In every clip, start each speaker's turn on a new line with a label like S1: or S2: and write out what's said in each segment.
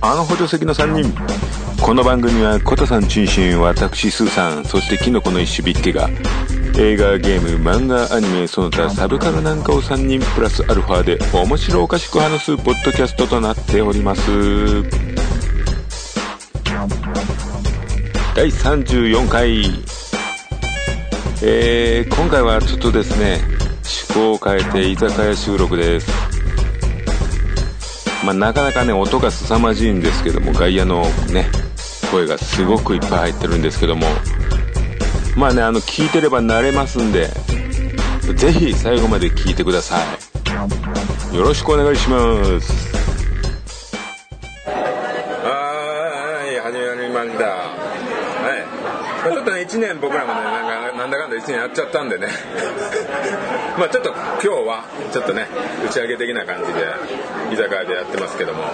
S1: あの補助席の3人この番組はコタさん中心私スーさんそしてキノコの一種ビッケが映画ゲーム漫画アニメその他サブカルなんかを3人プラスアルファで面白おかしく話すポッドキャストとなっております第34回えー、今回はちょっとですね趣向を変えて居酒屋収録ですまあ、なかなかね音が凄まじいんですけども外野のね声がすごくいっぱい入ってるんですけどもまあねあの聞いてれば慣れますんでぜひ最後まで聞いてくださいよろしくお願いしますはーい始まりましたはい、まあ、ちょっとね1年僕らもねなんかなんだかんだ1年やっちゃったんでね まあちょっと今日はちょっとね打ち上げ的な感じで居酒屋でやってますけども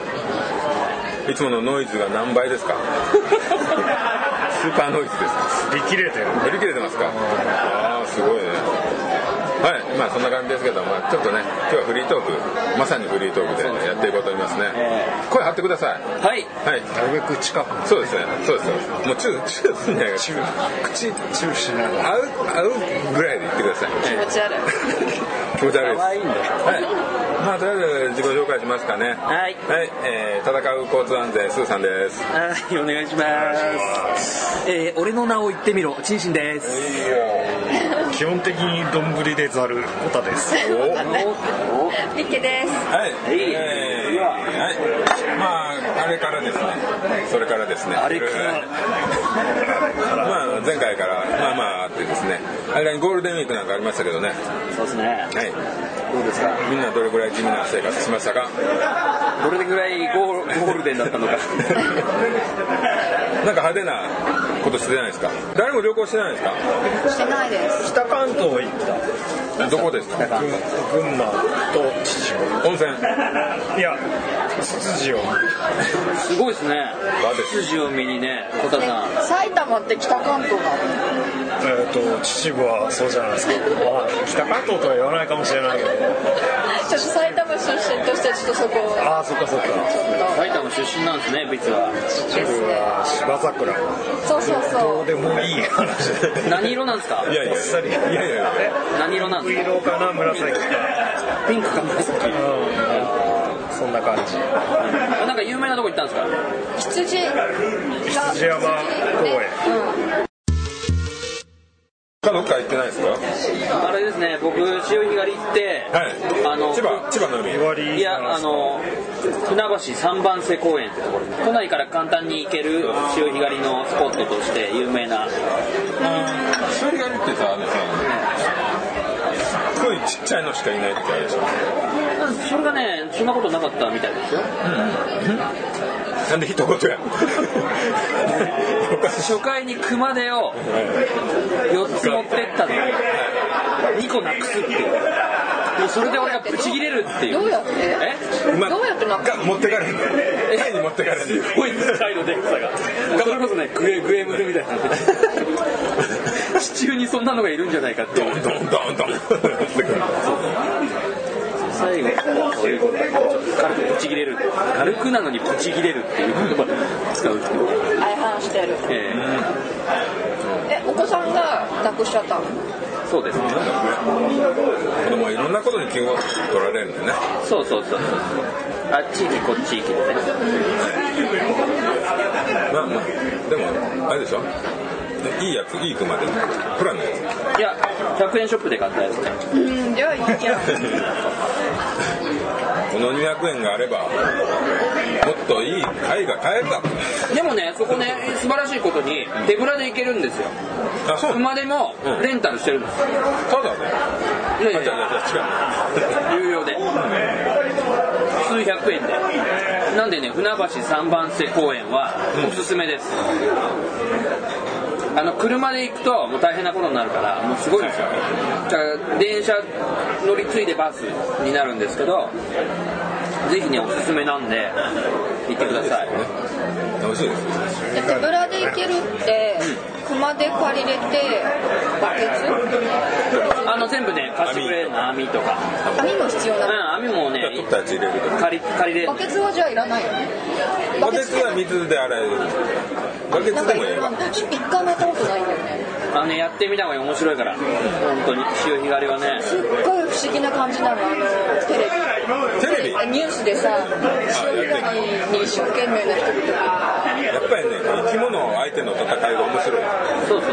S1: いつものノイズが何倍 ですかスーパーノイズですか
S2: 売り切れてる
S1: 売り切れてますかああすごいねはいまあそんな感じですけど、まあ、ちょっとね今日はフリートークまさにフリートークでやっていこうと思いますね声張ってください
S3: はい
S1: はい
S2: なるべく近く
S1: そうですねそうですそうですもうチューチューすんじゃないか
S2: チュー
S1: 口
S2: チューしながら
S1: 合う合うぐらいで言ってください
S3: 気持ち悪い
S1: 気持ち悪いです
S3: 可愛いんだよ
S1: はいまあとりあえず自己紹介しますかねはい
S3: はい
S1: えー戦う交通安全スーさんです
S3: はいお願いしますえー、俺の名を言ってみろチンシンです
S2: 基本的に丼でざるコタです
S1: お
S4: ミッケです。
S1: はい、えーはい、まああれからですね、それからですね、
S3: あれから
S1: まあ前回からまあまああってですね、間にゴールデンウィークなんかありましたけどね、は
S3: そうですね
S1: い、
S3: どうですか
S1: みんなどれぐらい地味な生活しましたか？
S3: どれぐらいゴーゴールデンだったのか
S1: なんか派手なことしてないですか？誰も旅行してないですか？
S4: してないです。
S2: 北関東行った
S1: どこですか？
S2: 群群馬と秩
S1: 温泉。
S2: 父いや秩父を
S3: すごいですね
S1: 和です
S3: 筋を見にねコタ
S4: ね
S3: さん
S4: 埼玉って北関東な
S2: えっ、と秩父はそうじゃないですか、まあ、北関東とは言わないかもしれないけど
S4: の。ちょっと埼玉出身としてちょっとそこ
S2: ああそっかそっか
S3: 埼玉出身なんですね別は
S4: です
S2: う
S4: ね。
S2: わ芝桜
S4: そうそう
S2: ど
S4: そう
S2: でもいい話
S3: 何色なんですか
S1: いやいや
S2: あっさりいや
S1: いやいや
S2: え
S3: 何色なん
S2: 黄
S3: です
S2: 色かな紫か
S3: かピンクか紫
S2: うんそんな感じ
S3: あなんか有名なとこ行ったんですか
S4: う。羊が。
S2: 羊山公園
S1: 他どっか行ってないですか？は
S3: あれですね僕潮干狩り行って、
S1: い。
S3: あの
S1: 千葉千葉の海。
S2: 割り
S3: いやあの船橋三番瀬公園ってところです都内から簡単に行ける潮干狩りのスポットとして有名な
S1: 一人が見てさあのさすごいちっちゃいのしかいないってあれでしょ
S3: それがねそんなことなかったみたいですよ
S1: なんで一言 やおかしい
S3: 初回に熊手を4つ持ってったの2個なくすっていうもうそれで俺がブチギレるっていう
S4: どうやって
S3: え
S1: うま
S4: どうやってな
S1: が持ってかれんの会に持ってかれんの
S3: すごい機械のでかさがもうそれこそねグエグエムゼみたいになってて地中にそんなのがいるんじゃないかっていう
S1: ドンドンドン
S3: 最後そういうことで軽くブチギレる軽くなのにブチギレるっていう言葉を使うんですけど、
S4: 相反してる。
S3: え
S4: え、お子さんがなくしちゃったの。
S3: ーそうですね
S1: 子供はいろんなことに気を取られるんだよね
S3: そうそうそうそうあっち行きこっち行きでね
S1: まあまあでもあれでしょでいいやついい熊でプランのやつ
S3: いや100円ショップで買ったやつね
S4: うん、じゃあいいじゃん。
S1: この200円があればもっといい貝が買えるだろ
S3: でもねそこね素晴らしいことに手ぶらで行けるんですよ
S1: あそうなの
S3: 熊手もレンタルしてるんですよ
S1: ただね
S3: いや
S1: あ違う
S3: いやいや有料で数百円でなんでね船橋三番瀬公園はおすすめです、あの車で行くともう大変なことになるからもうすごいんですよだから電車乗り継いでバスになるんですけどぜひねおすすめなんで行ってください
S1: 違う楽しいです
S4: え手ぶらで行けるって。熊手借りれてバケ
S3: あの全部ね貸してくれるの網とか
S4: ツ網も必要
S3: う
S4: なの
S3: ん網もね
S1: 取 ったやつ入れると
S3: 借り借りれる
S4: バケツはじゃあいらないよね
S1: バケツは水で洗えるバケ
S4: なん
S1: ツ
S4: か
S1: で
S4: い
S1: もええ
S4: ろん
S1: わ
S4: な一回もやったことないんだよね
S3: あのねやってみた方が面白いから本当に潮干狩りはね
S4: すっごい不思議な感じなのあのテレ
S1: テレ
S4: ビ
S1: ビ
S4: ニュースでさ潮干狩りに一生懸命な人々が
S1: やっぱりね生き物を相手の戦いが面白い
S3: そうそう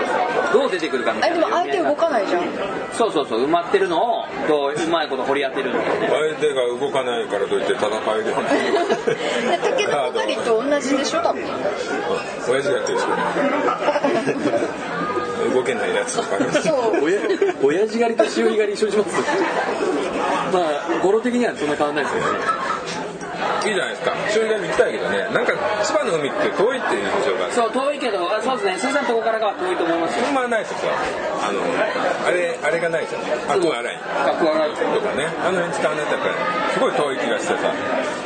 S3: そうどう出てくるかみた
S4: え
S3: い
S4: で
S3: な
S4: も相手動かないじゃん
S3: そうそうそう埋まってるのをどううまいこと掘り当てるんだよね
S1: 相手が動かないからといって戦いではない
S4: で竹の狩りと同じでしょ多分
S1: 親父がやってるし動けないやつとか
S4: そう
S3: 親親父狩りと潮干狩り一緒にしますまあ語呂的にはそんな変わんないですけどね
S1: いいじゃないですか潮干狩り行きたいけどねなんか千葉の海って遠いっていう印象があって
S3: そう遠いけどあそうですねスーさんのとこからが遠いと思いますよ
S1: 車はないですよあのあれあれがないじゃんアクアライン
S3: 学校が
S1: とかねあの辺伝わんないとやっぱりすごい遠い気がしてさ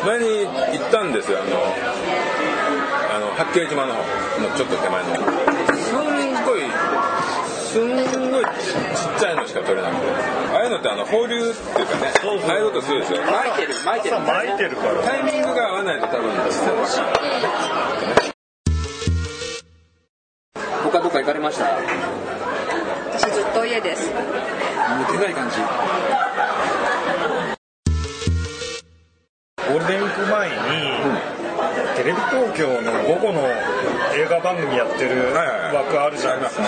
S1: 前に行ったんですよあのあの八景島の方のちょっと手前のすんごいすんごいちっちゃいのしか取れなくてああいうのってあの放流っていうかね
S2: そうそう
S1: ああいうことするでしょ
S3: 巻いてる巻いてる
S2: 朝巻いてるから
S1: タイミングが合わないと多分小さい
S3: 他どっか行かれました
S4: 私ずっと家です
S3: 抜けない感じ
S2: ゴールデンウィーク前に、テレビ東京の午後の映画番組やってる
S1: はいはいはい
S2: 枠あるじゃないですか、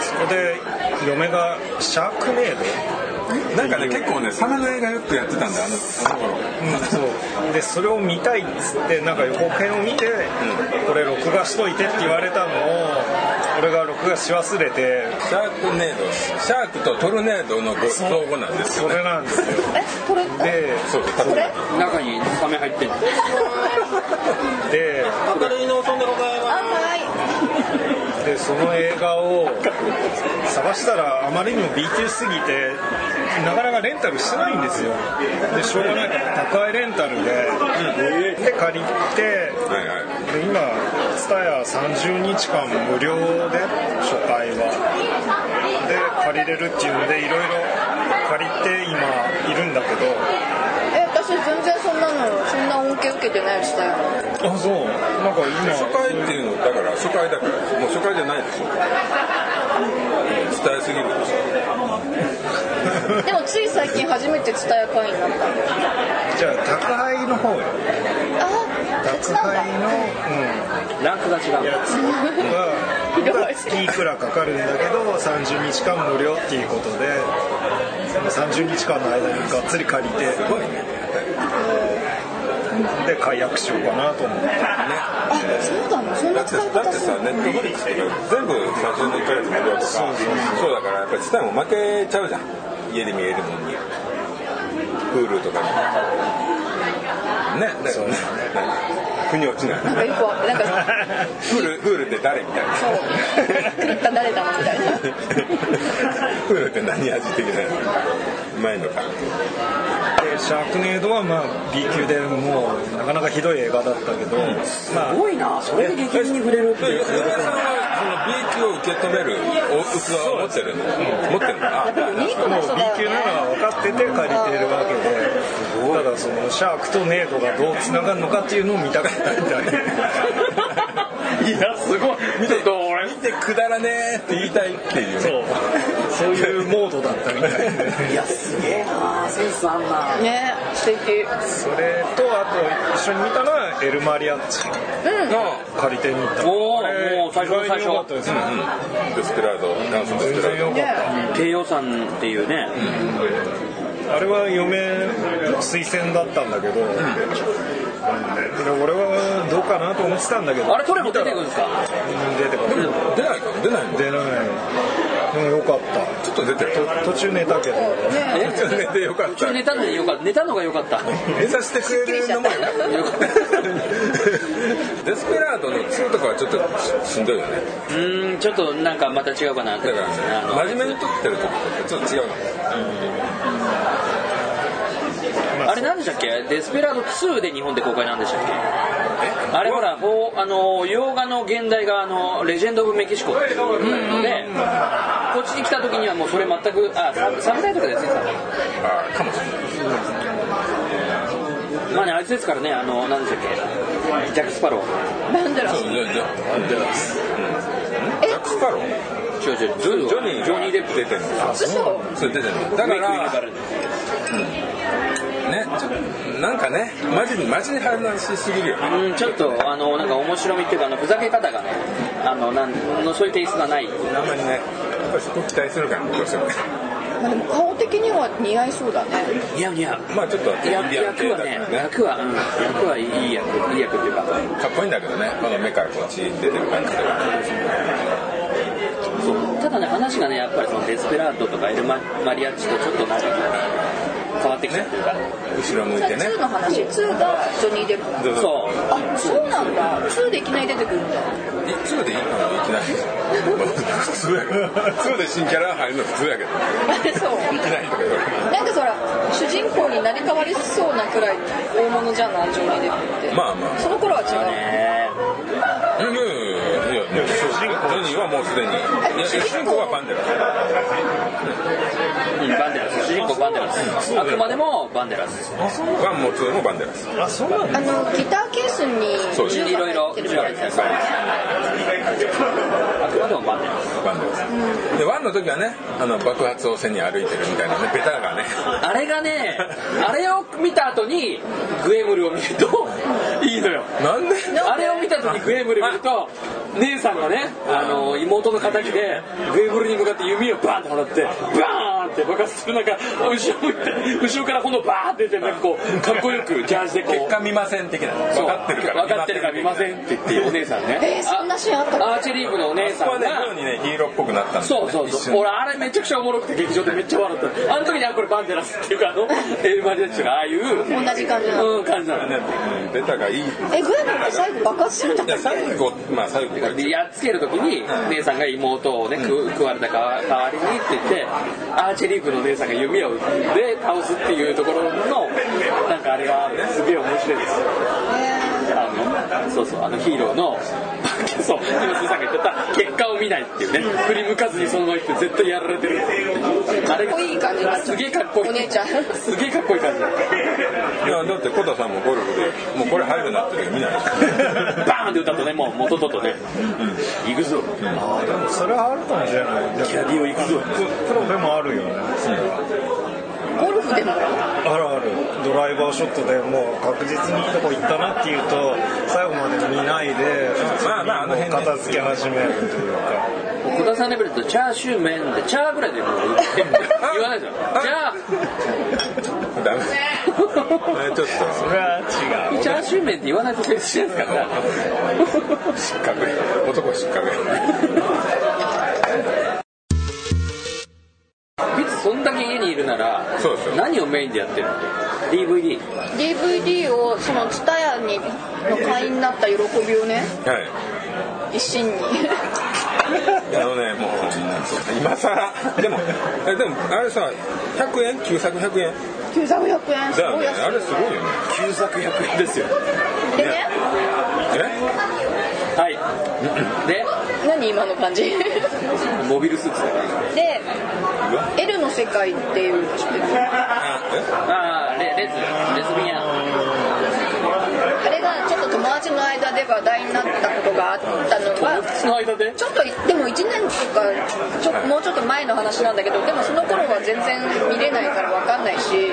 S2: そこで嫁が「シャークネード」
S1: なんかね結構ねサメの映画よくやってたんだよあのあの頃
S2: そうでそれを見たいっつってなんか予告編を見て、これ録画しといてって言われたのを俺が録画し忘れて
S1: シャークネードシャークとトルネードのご相互なんです
S2: そ
S1: よね
S2: れなんですよ
S4: えこれ
S2: で
S1: そうそう
S4: これ
S3: 中にサメ入ってる
S2: で
S5: 明るいのおんでござい
S4: あ
S5: ます
S4: は
S2: でその映画を探したらあまりにも B 級すぎてなかなかレンタルしてないんですよでしょうがないから高いレンタルで、で借りて
S1: はいはい
S2: で今 TSUTAYA 30日間無料で初回はで借りれるっていうのでいろいろ借りて今いるんだけど
S4: いえ私全然そんなのそんな恩恵受けてないですだよ
S2: あそうなんか
S1: 初
S2: 今
S1: 回っていうのだから初回だからもう初回じゃないでしょ伝えすぎるでしょ
S4: でもつい最近初めて伝え会員になった
S2: じゃあ宅配の方よ
S4: あ手
S2: 宅
S4: 伝うんだ
S2: 配の、うん、
S3: ランクが違う
S2: やつが月いくらかかるんだけど30日間無料っていうことで30日間の間にがっつり借りて
S1: すごいね
S2: で解約しようかなと思って
S4: あそうだのそん
S1: だ
S4: な
S1: って
S4: 使い
S1: だっ
S4: 方
S1: て
S4: する
S1: さネットフリックスとか全部最初の1ヶ月無料とかそうだからやっぱり伝えも負けちゃうじゃん家で見えるもんに Hulu とかにねだからねなんか腑に落ちない
S4: なんかよくわなんか
S1: Hulu Hulu って誰みたいな
S4: そう狂った誰だのみたいな
S1: Hulu って何味的なうまいのか
S2: でシャークネードはまあ B 級でもうなかなかひどい映画だったけど、まあ
S3: すごいなそれで激に触れるって
S1: それ
S3: い
S1: 吉
S3: う
S1: 田さんはその B 級を受け止めるお器を持ってるの持ってるのあ
S4: いい子な
S2: もう
S4: 人
S2: B
S4: だよ
S2: 級な
S4: ね
S2: のは分かってて借りてるわけでただそのシャークとネードがどうつながるのかっていうのを見たかったみたいな
S3: いやすごい見てと俺
S1: 見てくだらねえって言いたいっていう
S2: そ
S1: ね
S2: うそういうモードだったみたいで
S3: いやすげえなセンスあんな
S4: ね素敵
S2: それとあと一緒に見たのはエルマリアッチ借りてみた
S3: おー
S2: あれ
S3: もう最初の
S2: 意外に良かったですね
S1: デスペラード元祖デスペ
S2: 全
S1: ラ
S2: 然
S1: ード
S2: 良かっ
S3: 低予算っていうね
S2: たあれは嫁の推薦だったんだけど、で俺はどうかなと思ってたんだけど
S3: あれトレも出てくるんですか
S2: うん出てこない
S1: 出ないか出ないの
S2: 出ないでも良かっ
S1: ちょっと出てる
S2: た途中寝たけど
S3: え
S1: 途中寝てよかっ
S3: 途中
S1: た
S3: 寝たのによかった寝たのがよかった
S1: 寝させてくれるのもよかった
S3: よかった
S1: デスペラードの2とかはちょっとししんどいよね
S3: うーんちょっとなんかまた違うかなっ
S1: だ
S3: て
S1: か
S3: 感じですねあ
S1: ら
S3: の
S1: 真面目に撮ってる時とちょっと違うの
S2: まあ
S3: あれなんでしたっけデスペラード2で日本で公開なんでしたっけあれほらほうあの洋画の現代があのレジェンド・オブ・メキシコっていうのでこっちに来た時にはもうそれ全くあササブタイトルですね
S6: あかもしれない
S3: まあねあいつですからねあのなんでしたっけジャック・スパロー
S4: なんだろ
S6: そううじゃじゃジャック・スパロー
S3: 違う違う
S6: ジョ
S3: ジ
S6: ジョニー
S3: ジョニー・デップ
S6: 出てるの
S4: 嘘
S6: それ出てるのだか
S3: メイク・イ
S6: ら
S3: ルバルデ
S6: ねちょなんかねマジにマジに話しすぎるよね
S3: うん、ちょっとあのなんか面白みっていうかあのふざけ方がねあのなんのそういうテイストがない
S6: あんまりねやっぱりそこ期待するからどうしてもね
S4: まあでも顔的には似合いそうだね
S3: 似合う似合う
S6: まあちょっとインデ
S3: 役
S6: ィアン
S3: 役
S6: 系だ
S3: は
S6: か
S3: ね
S6: らね
S3: 役は、うん、役はいいいい役いい役っていうか
S6: かっこいいんだけどねこの目からこっちに出てる感じでは
S3: そうただね話がねやっぱりそのデスペラードとかエルママリアッチとちょっとなんか変わってきたっていうか、
S6: 後ろ向い
S4: さ
S6: てね
S4: 2の話2がジョニー・デップなんだ
S6: どうぞ
S3: そう
S4: あそうなんだ2でいきなり出てくるんだ
S6: いつでいいのいきなり普通やけど普通で新キャラ入るの普通やけどい
S4: あれそう
S6: きなりとか言われて
S4: なんかそら主人公になり変わりそうなくらい大物じゃないジョニー・デップって
S6: まあまあ
S4: その頃は違う
S3: ね
S6: うんいやいやいやいや主人公ジョニーはもうすでにいや主人公はバンデラ
S3: うんバンデラス主人公バンデラスあくまでもバンデラス
S6: ワンもツーもバンデラス
S2: あそうなんだ
S4: あのギターケースに
S6: そう
S4: 銃
S3: いろい
S4: が
S3: ろ
S4: 入って
S3: 銃が
S4: る
S3: 入ってますあくまでもバンデラス
S6: バンデラスでワンの時はねあの爆発を背に歩いてるみたいなねベタがね
S3: あれがねあれを見た後にグエムルを見るといいのよ
S6: なんで
S3: あれを見た時グエムル見ると姉さんがねあの妹の敵でグエムルに向かって弓をバーンって放ってバーンって爆発する中後ろ向いて後ろから炎バーンって出てなんかこうかっこよくジャージでこう
S6: 結果見ません的な
S3: そう
S6: 分かってるから
S3: 分かってるから見ませんって言ってお姉さんね
S4: えーそんなシーンあったの
S3: アーチェリー部のお姉
S6: そ
S3: さ
S6: こは
S3: ん
S6: ね
S3: が
S6: 妙にねヒーローっぽくなったんだよね
S3: そうそう
S6: 一
S3: そう
S6: 瞬
S3: 俺あれめちゃくちゃおもろくて劇場でめっちゃ笑ったあの時にあこれバンデラスっていうかあのエルマリアッチがああいう
S4: 同じ感じなの
S3: うん感じなの
S6: ねうんベタがいいい
S4: えグエムって最後爆発するんだったっ
S6: や
S4: け
S6: 最後まあ最後が
S3: でやっつける時に姉さんが妹をね食食われた代わ代わりにって言ってアーチェリー部の姉さんが弓を打って倒すっていうところのなんかあれがすげえ面白いですよあのそうそうあのヒーローのそう今鈴さんが言ってた結果を見ないっていうね振り向かずにそのまま行って絶対やられてるあれ
S4: かっこいい感じになっちゃ
S3: す
S4: う
S3: げえかっこいい
S4: お姉ちゃ ん
S3: すげえかっこいい感じだ
S6: いやだってコタさんもゴルフでもうこれ入るなってるけど見ない
S3: バーンって打ったとねもう元ととね行くぞ
S2: あでもそれはあるかもしれない
S3: キャディを行くぞ
S2: プロでもあるよね
S4: ゴルフでも
S2: あるあるドライバーショットでもう確実にいいとこ行ったなっていうと最後まで見ないで普
S6: まあまああの
S2: 通にも
S6: 辺
S2: う
S6: ね
S2: 片付け始めるというか
S3: 小田さんレベルだとチャーシュー麺でチャーぐらいでもう言わないでしょチャ
S6: ダメねちょっと
S2: それは違
S3: ーチャーシュー麺って言わないと成立しないですからね
S6: 失格男は失格
S3: いつそんだけ家にいるなら
S6: そうですよ
S3: 何をメインでやってるの DVD
S4: DVD をそのツタヤにの会員になった喜びをね
S6: はい
S4: 一心に
S6: あのねもう今更でもえでもあれさ100円旧作100円
S4: 9500円す
S6: だよ
S4: ごい
S6: ね
S4: 安い
S6: あれすごいよね
S3: 旧作100円ですよ
S4: でね
S6: え
S3: はいで
S4: 何今の感じ
S3: モビルスーツだか
S4: で L の世界っていうの知ってる
S6: あえ
S3: らああレレズレズビアン
S4: あれがちょっと友達の間で話題になったことがあったのが
S3: その間で
S4: ちょっとでも1年とかちょもうちょっと前の話なんだけどでもその頃は全然見れないから分かんないし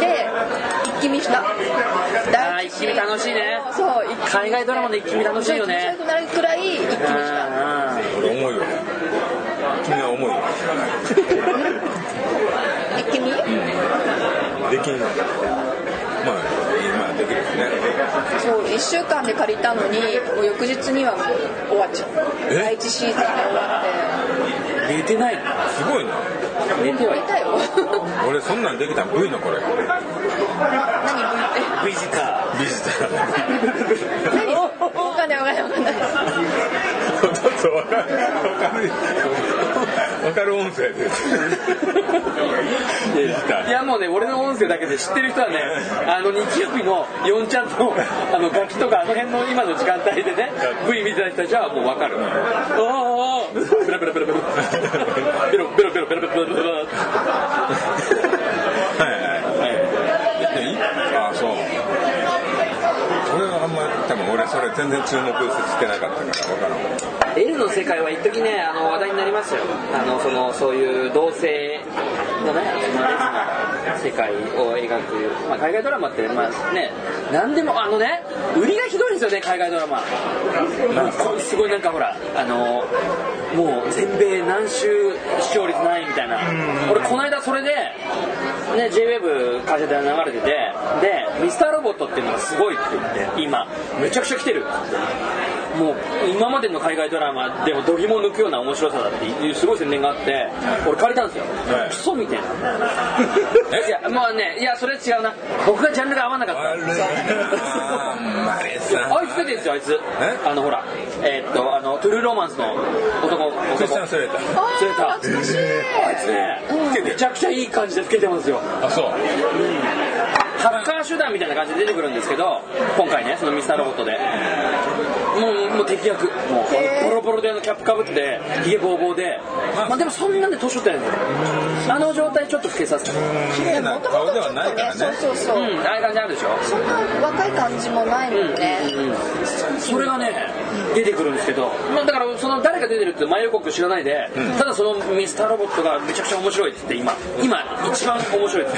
S4: で一気見した
S3: あー一気見楽しいね
S4: そう一気見
S3: 海外ドラマの一気見楽しいよね
S4: 気持ち悪くなるくらい一気見
S3: うん
S4: し
S3: うん
S4: た
S6: 俺重いよ君は重いよ
S4: 一気見
S6: できんまあまあできるよね
S4: そう1週間で借りたのにもう翌日にはもう終わっちゃう
S6: え
S4: 第一シーズンが終わっ
S3: 寝てない
S6: すごいな
S3: 寝て
S4: て
S3: は
S4: 見たよ
S6: 俺そんなんできたん V のこれ
S4: 何見て
S3: ビジタ
S6: ビジター
S4: 何お金お金お金
S6: ちょっとわかんない。わかんない。
S1: 分かる音声で
S3: い
S1: 聞きた
S3: や
S1: い
S3: いやもうね俺の音声だけで知ってる人はねあの日曜日の4ちゃんとあの楽器とかあの辺の今の時間帯でね V 見てた人たちはもう分かるあーあーペラペラペラペラペロペロペロペロペロペロペロペ
S1: は
S3: ロ
S1: いはいやってみああそう俺はあんま多分俺それ全然注目してなかったから分からん
S3: L の世界は一時ねあの話題になりますよあのそのそういう同性のねあの世界を描く、まあ、海外ドラマってまあね何でもあのね売りがひどいんですよね海外ドラマもうこすごいなんかほらあのもう全米何周視聴率ないみたいな俺この間それでね、JWEB 会社で流れててでミスターロボットっていうのがすごいって言って今めちゃくちゃ来てるもう今までの海外ドラマでも度肝を抜くような面白さだっていうすごい宣伝があって俺借りたんですよ、
S1: はい
S3: クソみたいないやまあねいやそれは違うな僕がジャンルが合わなかった
S1: 悪いなあんまりさ
S3: あいつ出てるんですよあいつ
S1: え
S3: あのほらえーっとあのトゥルーロマンスの男
S1: クリスチャ
S3: 男
S1: ンスレーター
S4: あ
S3: 釣れた
S4: ー懐かしい
S3: あいつねめちゃくちゃいい感じで老けてますよ
S1: あそう
S3: ハッカー集団みたいな感じで出てくるんですけど今回ねそのミスターロボットでもうもう敵役もうボロボロであのキャップかぶってひげぼうぼうでまあでもそんなんで年取ってないんですよあの状態ちょっと老けさせたうん
S1: 綺麗な
S4: もと
S1: 顔
S4: も
S1: で
S4: とちょ
S1: はな
S4: っと
S1: いから
S4: ねそう
S1: ね
S4: そうそう、
S3: ああいう感じあるでしょ
S4: そんな若い感じもないもんね、
S3: それがね出てくるんですけど、まあ、だからその誰が出てるって前予告知らないで、ただそのミスターロボットがめちゃくちゃ面白いっつって今今一番面白いっつ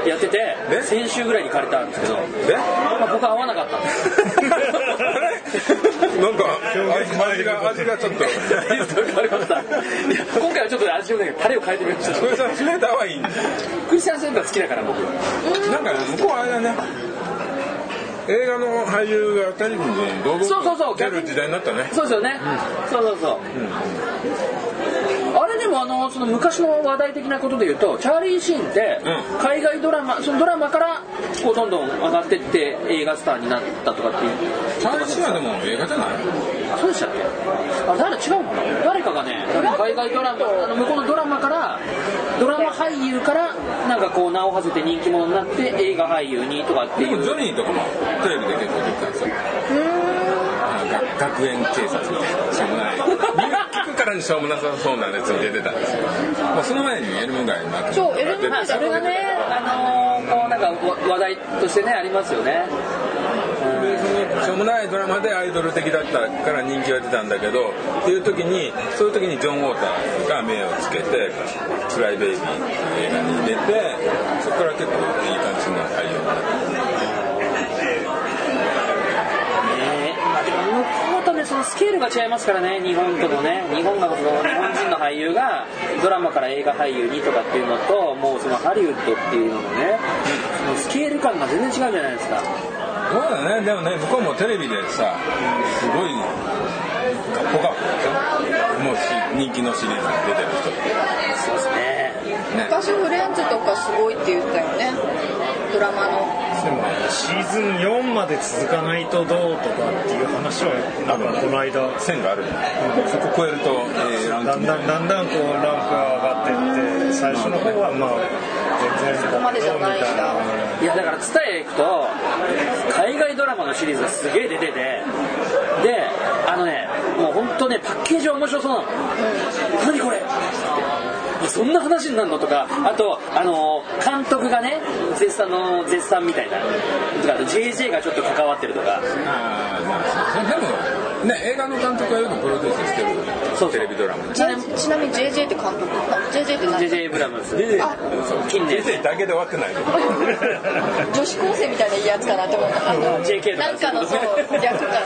S3: ってやってて
S1: で
S3: 先週ぐらいに借りたんですけど、
S1: で
S3: まあ、僕合わなかったんです
S1: なんか味が味がちょっと
S3: テイストが変わりましたいや今回はちょっと味をねタレを変えてみました
S1: クリスチャンスレーターはいいんだ
S3: クリスチャン・センター好きだから僕
S1: なんか向こうあれだね映画の俳優がテレビに堂
S3: そうそうそ
S1: 々
S3: う
S1: と出る時代になったね
S3: そうですよね、そうそうそう、あれでもあのその昔の話題的なことで言うとチャーリー・シーンって
S1: う
S3: 海外ドラマそのドラマからこうどんどん上がってって映画スターになったとかっていう
S1: チャーリー・シーンはでも映画じゃない
S3: そうでしたっけあれ誰違うのかな誰かがね海外ドラマあの向こうのドラマからドラマ俳優からなんかこう名を馳せて人気者になって映画俳優にとかって
S1: で
S3: い
S1: も
S3: う
S1: ジョニーとかもテレビで結構出てたんですよあの学学園警察みたいなしょうも ない聞くからにしょうもなさそうなやつに出てたんですよ、まあ、その前にエルム街になって
S4: そうエルメガイそれがね
S3: あのー、こうなんか話題としてねありますよね
S1: しょうもないドラマでアイドル的だったから人気は出たんだけどっていう時にそういう時にジョン・ウォーターが目をつけて「フライベイビー」っていう映画に出てそこから結構いい感じの俳優になって
S3: ね向こうとねそのスケールが違いますからね日本とのね日本がその日本人の俳優がドラマから映画俳優にとかっていうのともうそのハリウッドっていうののねそのスケール感が全然違うじゃないですか
S1: そうだねでもね向こうもテレビでさすごいガッポガッポでしょもうし人気のシリーズに出てる人
S3: そうですね
S1: ね
S4: 昔フレンズとかすごいって言ったよねドラマの
S2: でもシーズン4まで続かないとどうとかっていう話はなんかこの間
S1: 線があるそこ超えると、えーラン
S2: だ
S1: キン
S2: ん
S1: グ
S2: だんだんだんこうランクが上がってって最初の方はまあ全然
S4: こまでじゃないんだ
S3: いやだから伝え行くと海外ドラマのシリーズがすげえ出ててであのねもう本当ねパッケージは面白そうなの何これそんな話になるのとかあとあの監督がね絶賛の絶賛みたいなとかあと JJ がちょっと関わってるとか
S1: あーまあそうでもね映画の監督はよくプロデュースしてる
S3: そう
S1: テレビドラマで
S4: ちなちなみに JJ って監督あ JJ って何
S3: JJ エイブラムス
S4: あ
S3: 近年
S1: 人生だけで終わってない
S4: 女子高生みたいないいやつかなって思ったあの
S3: JK とか
S4: なんかのそう役か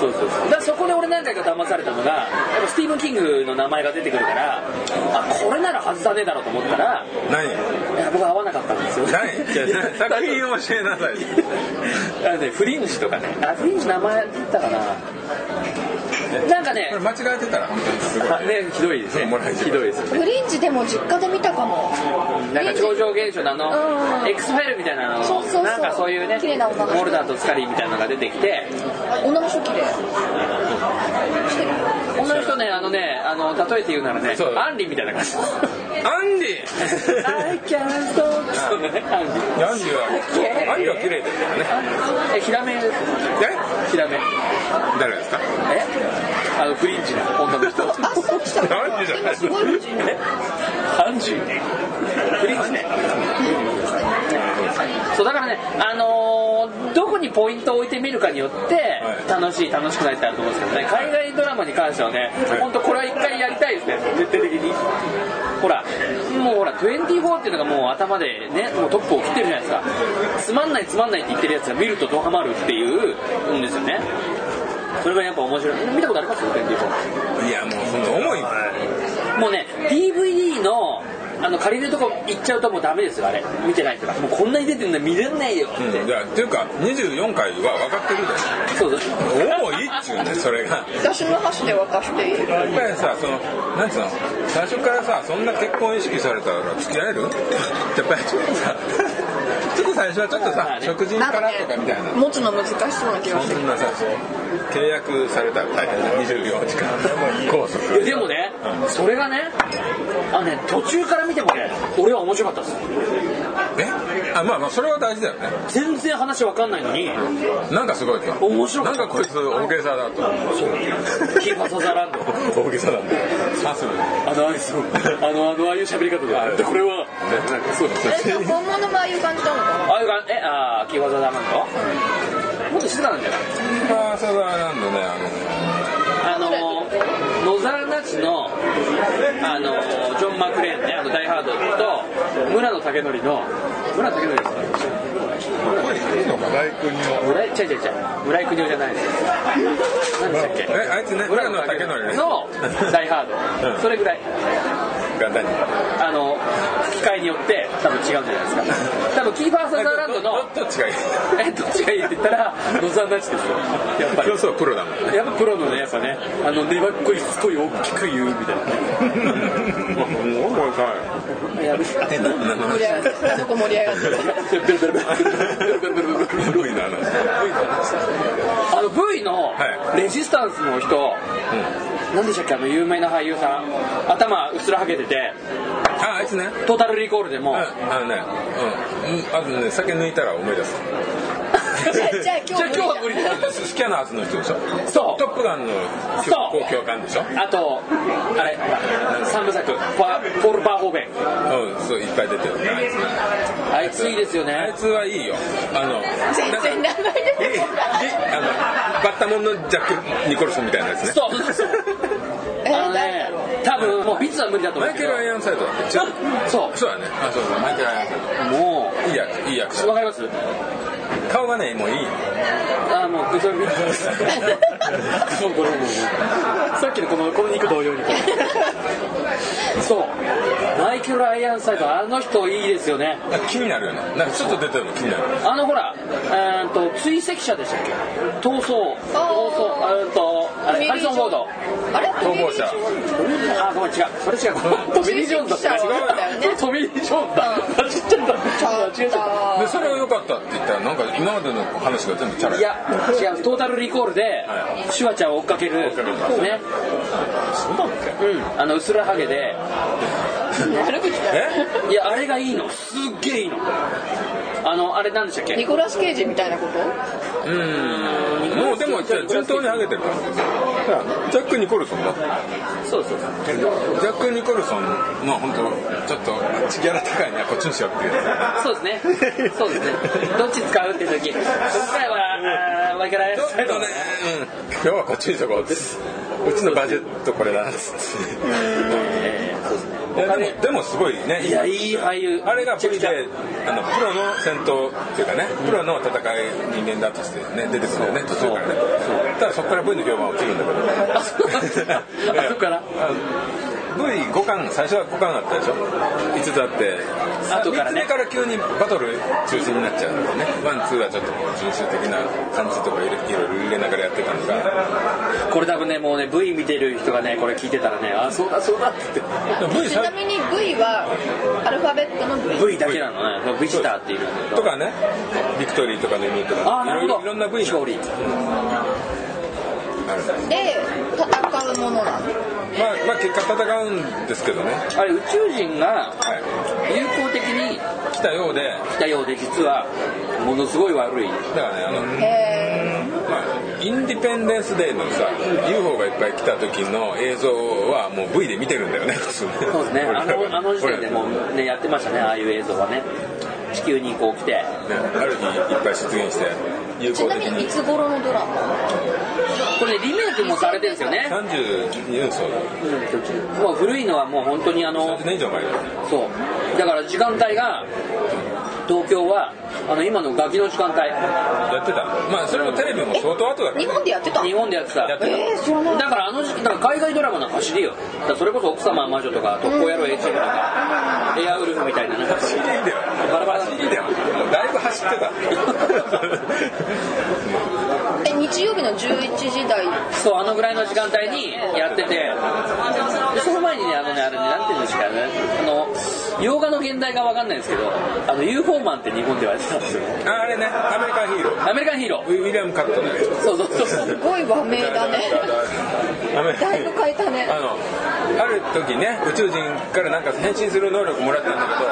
S3: そうそうそうだからそこで俺何回か騙されたのがやっぱスティーブン・キングの名前が出てくるからあこれなら外さねえだろうと思ったら
S1: 何
S3: いや僕は合わなかったんですよ
S1: 何じゃあ作品を教えなさい
S3: あのねフリンジとかねあフリンジ名前言ったかななんかね
S1: これ間違えてたら本当にすごい
S3: あねひどいですね
S1: もらえてる
S3: ひどいです
S4: なフリンジでも実家で見たかも
S3: なんか超常現象のあ
S4: う
S3: の
S4: ん
S3: X ファイルみたいなの
S4: そうそうそう
S3: なんかそういうね
S4: 綺麗な女の人
S3: モルダーとスカリーみたいなのが出てきて
S4: あ女の人綺麗
S3: 女の人ねあのねあの例えて言うならね
S6: そう
S3: アンリみたいな感じ
S6: アンディ
S3: I can't stop そうねアンリ
S6: アンディはアンディは綺麗ですからね
S3: えヒラメです
S6: え
S3: ヒラメ
S6: 誰ですか
S3: えあのフリンジな女の人
S4: あそうしたら
S6: アンディじゃない
S4: すごい美人で
S3: アンジュフリンジねそうだからねあのーどこにポイントを置いてみるかによって
S6: い
S3: 楽しい楽しくないってあると思うんですけどね海外ドラマに関してはね
S6: はい
S3: 本当これは一回やりたいですね徹底的にほらもうほら24っていうのがもう頭でねもうトップを切ってるじゃないですかつまんないつまんないって言ってるやつが見るとドハマるっていうんですよねそれがやっぱ面白い見たことあります24
S6: いやもうその重い
S3: もうね DVD のあの借りるとこ行っちゃうともうダメですよあれ見てない人がもうこんなに出てるの見れないよって、
S6: うん、いやっていうか24回は分かってるで
S3: そうそう
S6: 重いっちゅうねそれが
S4: 私の箸で沸かしていい
S6: やっぱりさそのなんつうの最初からさそんな結婚意識されたら付き合える やっぱりちょっとさちょっと最初はちょっと
S3: まあ
S6: さ
S3: ね
S6: 食事
S4: なん
S6: か
S4: から
S6: とかみたいな
S4: ね持つの難しそうな気がす
S6: そ
S4: る
S6: んなさ契約されたら大変じゃん24時間拘束
S3: いやでもね、それがねあのね途中から見てもね俺は面白かったです
S6: えあまあまあそれは大事だよね
S3: 全然話わかんないのに
S6: なんかすごいと
S3: 面白か
S6: な
S3: った
S6: んかこいつ大げさだと
S3: キーパーサザーランド
S6: 大げさだとさすが
S3: あのアイスのあのあのああいう喋り方で
S6: あ
S3: でこれは
S6: なんかそう
S4: えでも本物もああいう感じなのかな
S3: ああいう感じえあーキーパーサザーランドもっと静かなんじゃない
S6: まあサザーランドねあの
S3: あの野沢那智のあのジョン・マクレーンねあの「ダイ・ハード」と村野武則の村野武則ですか
S2: いいのか大君の
S3: 村井違う違う違う村井邦夫じゃないです何でしたっけ
S6: えあいつね村野武則ね
S3: の「ダイ・ハード」
S6: うん
S3: それぐらい
S6: が何
S3: あの機械によって多分違うんじゃないですか多分キーパーサザーランドの
S6: ちょっと違い
S3: えどっちがいいって言ったら野沢那智ですよやっぱり
S6: そうそうプロだもんね
S3: やっぱプロのねやっぱねあの粘っこいしつこい大きく言うみたいな
S6: もうもうか
S3: やべ
S6: え何なの
S4: 盛り上がってそこ盛り上がって
S6: 無理な話
S3: あの V の
S6: は
S3: レジスタンスの人、なんでしたっけあの有名な俳優さん頭うっすらはげてて
S6: ああいつね
S3: トータルリコールで
S6: う
S3: も、
S6: んあのねうんあとね酒抜いたら思い出す
S4: じゃあじゃあ今
S3: じ
S4: 日
S3: ゃあ今日は無理だ
S6: スキャナーズの人でしょ
S3: そう
S6: トップガンの
S3: そう
S6: 公共感でしょ
S3: あとあれ三部作パポール・バーホーベン
S6: うんそういっぱい出てるから
S3: あいついいですよ
S6: あい
S3: ね
S6: つはいいよあの
S4: 全
S6: なんか
S4: 然名前出てこない
S6: えあのバッタモンのジャック・ニコルソンみたいなやつね
S3: そう
S4: え
S3: あの
S4: ー誰
S3: ね
S4: だろう
S3: 多分もうビッツは無理だと思
S6: マ
S3: う
S6: イ
S3: け
S6: ケ
S3: ど
S6: ル・アイアンサイドだっけ
S3: そ
S6: そうだねあそうそうマイケル・アイアンサイ
S3: うも
S6: ドいい役いい役
S3: うわかります
S6: 顔がねもういい
S3: あーもうそれそうこれもうもうさっきのこのこの肉同様にそうマイケル・アイアンサイドあの人いいですよね
S6: なんか気になるよねなんかちょっと出てるの気になる
S3: あのほらえーっと追跡者でしたっけ逃走逃
S4: あー
S3: 走あーっとあれハリソン・フォード
S4: あれ
S6: 逃亡者
S3: あーごめん違うそれ違うトミー・ジョーンズだ
S4: 追跡者はだよね
S3: 違うトミー・ジョーンズだ
S4: う
S3: 間違
S4: ん
S3: っちゃった間違っちゃった
S6: でそれが良かったって言ったらなんか今までの話が全部チャラ
S3: いや違うトータルリコールで
S6: は
S3: シュワちゃんを追っかける
S6: 追っかける
S3: ね
S6: そうなんですか
S3: うんあのうすらはげで
S4: 悪口だよ
S6: え
S3: いやあれがいいのすっげえいいのあのあれなんでしたっけ
S4: ニコラス・ケイジみたいなこと
S6: うんもうでもじゃあ順当にハゲてるからジャック・ニコルソンだ
S3: そうそうそう
S6: ジャック・ニコルソンまあ本当ちょっとあっちギャラ高いねこっちにしようっていう
S3: そう ですねそうですねどっち使うって時今回はあーマイケル・アイ
S6: ち
S3: ア
S6: ょ
S3: ンサイ
S6: っ
S3: ド
S6: と
S3: ね
S6: ね、うん、今日はこっちにしとこうってうちのバジェットこれだっつっていやでもでもすごいね
S3: いやいい俳優
S6: あれがプリ
S3: めち
S6: で
S3: ゃ
S6: あ
S3: く
S6: のプロの戦闘っていうかねプロの戦い人間だとしてね出てくるよね途中からねただそこから V の評判落ちるんだけど
S3: あそうなんですか あそこから
S6: V5 巻最初は5巻あったでしょ5つあって
S3: 後からね
S6: 3つ目から急にバトル中心になっちゃうんだよねワンツーはちょっとこう純粋的な感じとかいろいろ入れながらやってたのが
S3: これ多分ねもうね V 見てる人がねこれ聞いてたらねあそうだそうだって言っ
S4: ちなみに V はアルファベットの V
S3: て V だけなのねビジターっていうの
S6: とかねビクトリーとかの意味と
S3: あー
S6: かい
S3: なる
S6: ろ
S3: ほ
S6: い
S3: ど
S6: ろいろんな V
S3: 勝
S6: が
S3: 利
S6: ある
S4: で戦うものなの
S6: まあ、まあ結果戦うんですけどね、
S3: あれ宇宙人が
S6: は
S3: 友好的に
S6: い、来たようで
S3: 来たようで実はものすごい悪い
S6: だからねあの、ま
S4: へ
S6: あ、インディペンデンス・デーのさ UFO がいっぱい来た時の映像はもう V で見てるんだよね普通ね
S3: そうですねあのあの時点でもうねやってましたねああいう映像はね地球にこう来て
S6: ね、ある日いっぱい出現して有
S4: ーち
S6: 効
S4: な
S6: 的
S4: みにい
S6: に
S4: つ頃のドラマ
S3: これねリメイクもされてるんですよね、
S6: 34層
S3: うん、もう古いのはもう本当にあの
S6: 30年以上前だよ
S3: そうだから時間帯が東京はあの今のガキの時間帯
S6: やってたまあそれもテレビも相当後だから
S4: 日本でやってた
S3: 日本でやってた
S6: やってた
S4: えー、知らない
S3: だからあの時期だから海外ドラマの走りよだからそれこそ「奥様は魔女」とか「特攻野郎 A チーム」とか「エアウルフ」みたいななんか
S6: 走りだよ
S3: バラバラ
S6: 走りだよだいぶ走ってた
S4: え日曜日の11時台
S3: そうあのぐらいの時間帯にやっててでその前にねあのねあれねなんていうんですかねあの洋画の現代がわかんないんですけどあの UFO マンって日本ではやってたんですよ
S6: ああれねアメリカンヒーロー
S3: アメリカンヒーロ
S6: ウィリアム・カットのや つ
S3: ーそうそうそう
S4: すごい和名だね
S6: アメリカ
S4: だ
S6: ン
S4: い
S6: ヒー
S4: ぶ
S6: ロー
S4: 変えたね
S6: あのある時ね宇宙人からなんか変身する能力もらったんだけど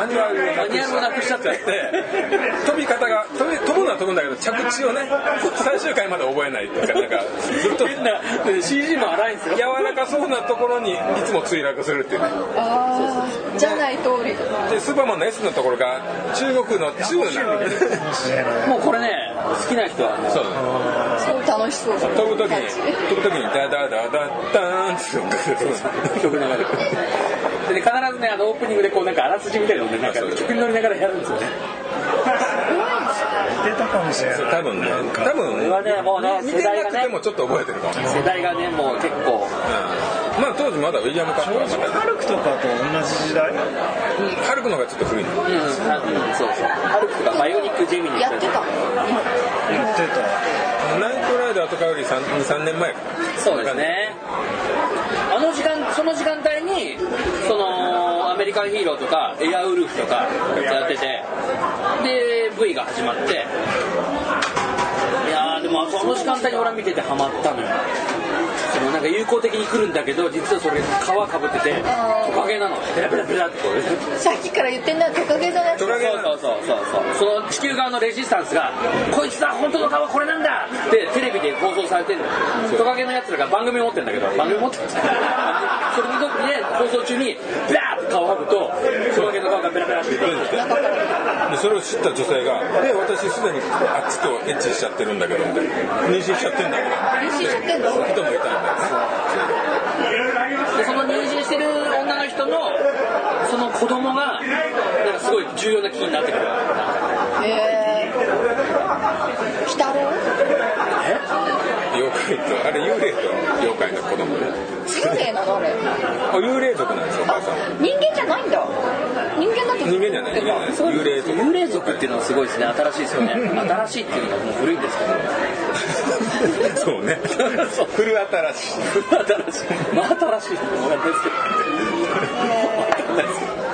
S6: マニュアルをな
S3: マニュアルをなくしちゃって
S6: 飛び方が飛び飛ぶのは飛ぶんだけど着地をね最終回まで覚えないっていうかなんかずっと
S3: 変な CG も荒いんですよ
S6: 柔らかそうなところにいつも墜落するっていうね
S4: ああじゃない通り
S6: でスーパーマンの S のところが中国の中なんで
S3: もうこれね好きな人はもう
S6: そう
S4: すごい楽しそう
S6: 飛ぶ時に飛ぶ時にダダダダダーンって音楽がする
S3: 曲流れてるでね必ずねあのオープニングでこうなんかあらすじみたいなのをねなんか
S6: そう
S3: 曲に乗りながらやるんですよね
S2: 出たかもしれない
S6: 多分ね多
S3: これはね
S6: 分
S3: もうね
S6: 見
S3: 世
S6: て
S3: 代
S6: な
S3: が
S6: くて
S3: ね
S6: もちょっと覚えてるかもね
S3: 世代がねもう結構
S6: うんまあ当時まだウィリアム・カットはまだ
S2: ハルクとかと同じ時代
S6: ハルクの方がちょっと古いの
S3: うん、うん、そうそうハルクとかバイオニックジェミニー
S4: やってた
S2: やってた
S6: ナイトライダーとかより3年前か
S3: そうですねあの時間その時間帯にそのアメリカンヒーローとかエアウルフとかやっててで V が始まっていやーでもその時間帯に俺は見ててハマったのよそのなんか友好的に来るんだけど実はそれ皮かぶってて
S4: あー
S3: トカゲなのペラペラペラってこう
S4: さっきから言ってんなトカゲじゃなくて
S6: トカゲなの
S3: そうそうそうそうその地球側のレジスタンスが「こいつだ本当の顔はこれなんだ!」ってテレビで放送されてるトカゲのやつらが番組持ってるんだけど番組持ってるんだけどそれで、ね、放送中にバーッと顔をはくとトカゲの顔がベラベラって出てきて
S6: でそれを知った女性が「え私すでにあっちとエッチしちゃってるんだけど」みたいな妊娠しちゃってんだけど
S4: 妊娠しちゃってんの
S6: そういう人もいたんだよね
S3: でその入信してる女の人のその子供がなんかすごい重要なキーになってくる
S4: えー、鬼太郎
S6: 妖怪とあれ幽霊と妖怪の子供ね
S4: 幽霊なのあれ
S6: あ幽霊族なんですよお
S4: あ
S6: 母さん
S4: 人間じゃないんだ人間だと
S6: 人間じゃない人間じゃない
S3: すごい
S6: 幽霊族
S3: 幽霊族っていうのはすごいですね新しいです よね新しいっていうのはもう古いんですけど
S6: そう ね古新しい
S3: 新しい真新しいわかんないですけどわかんないですけど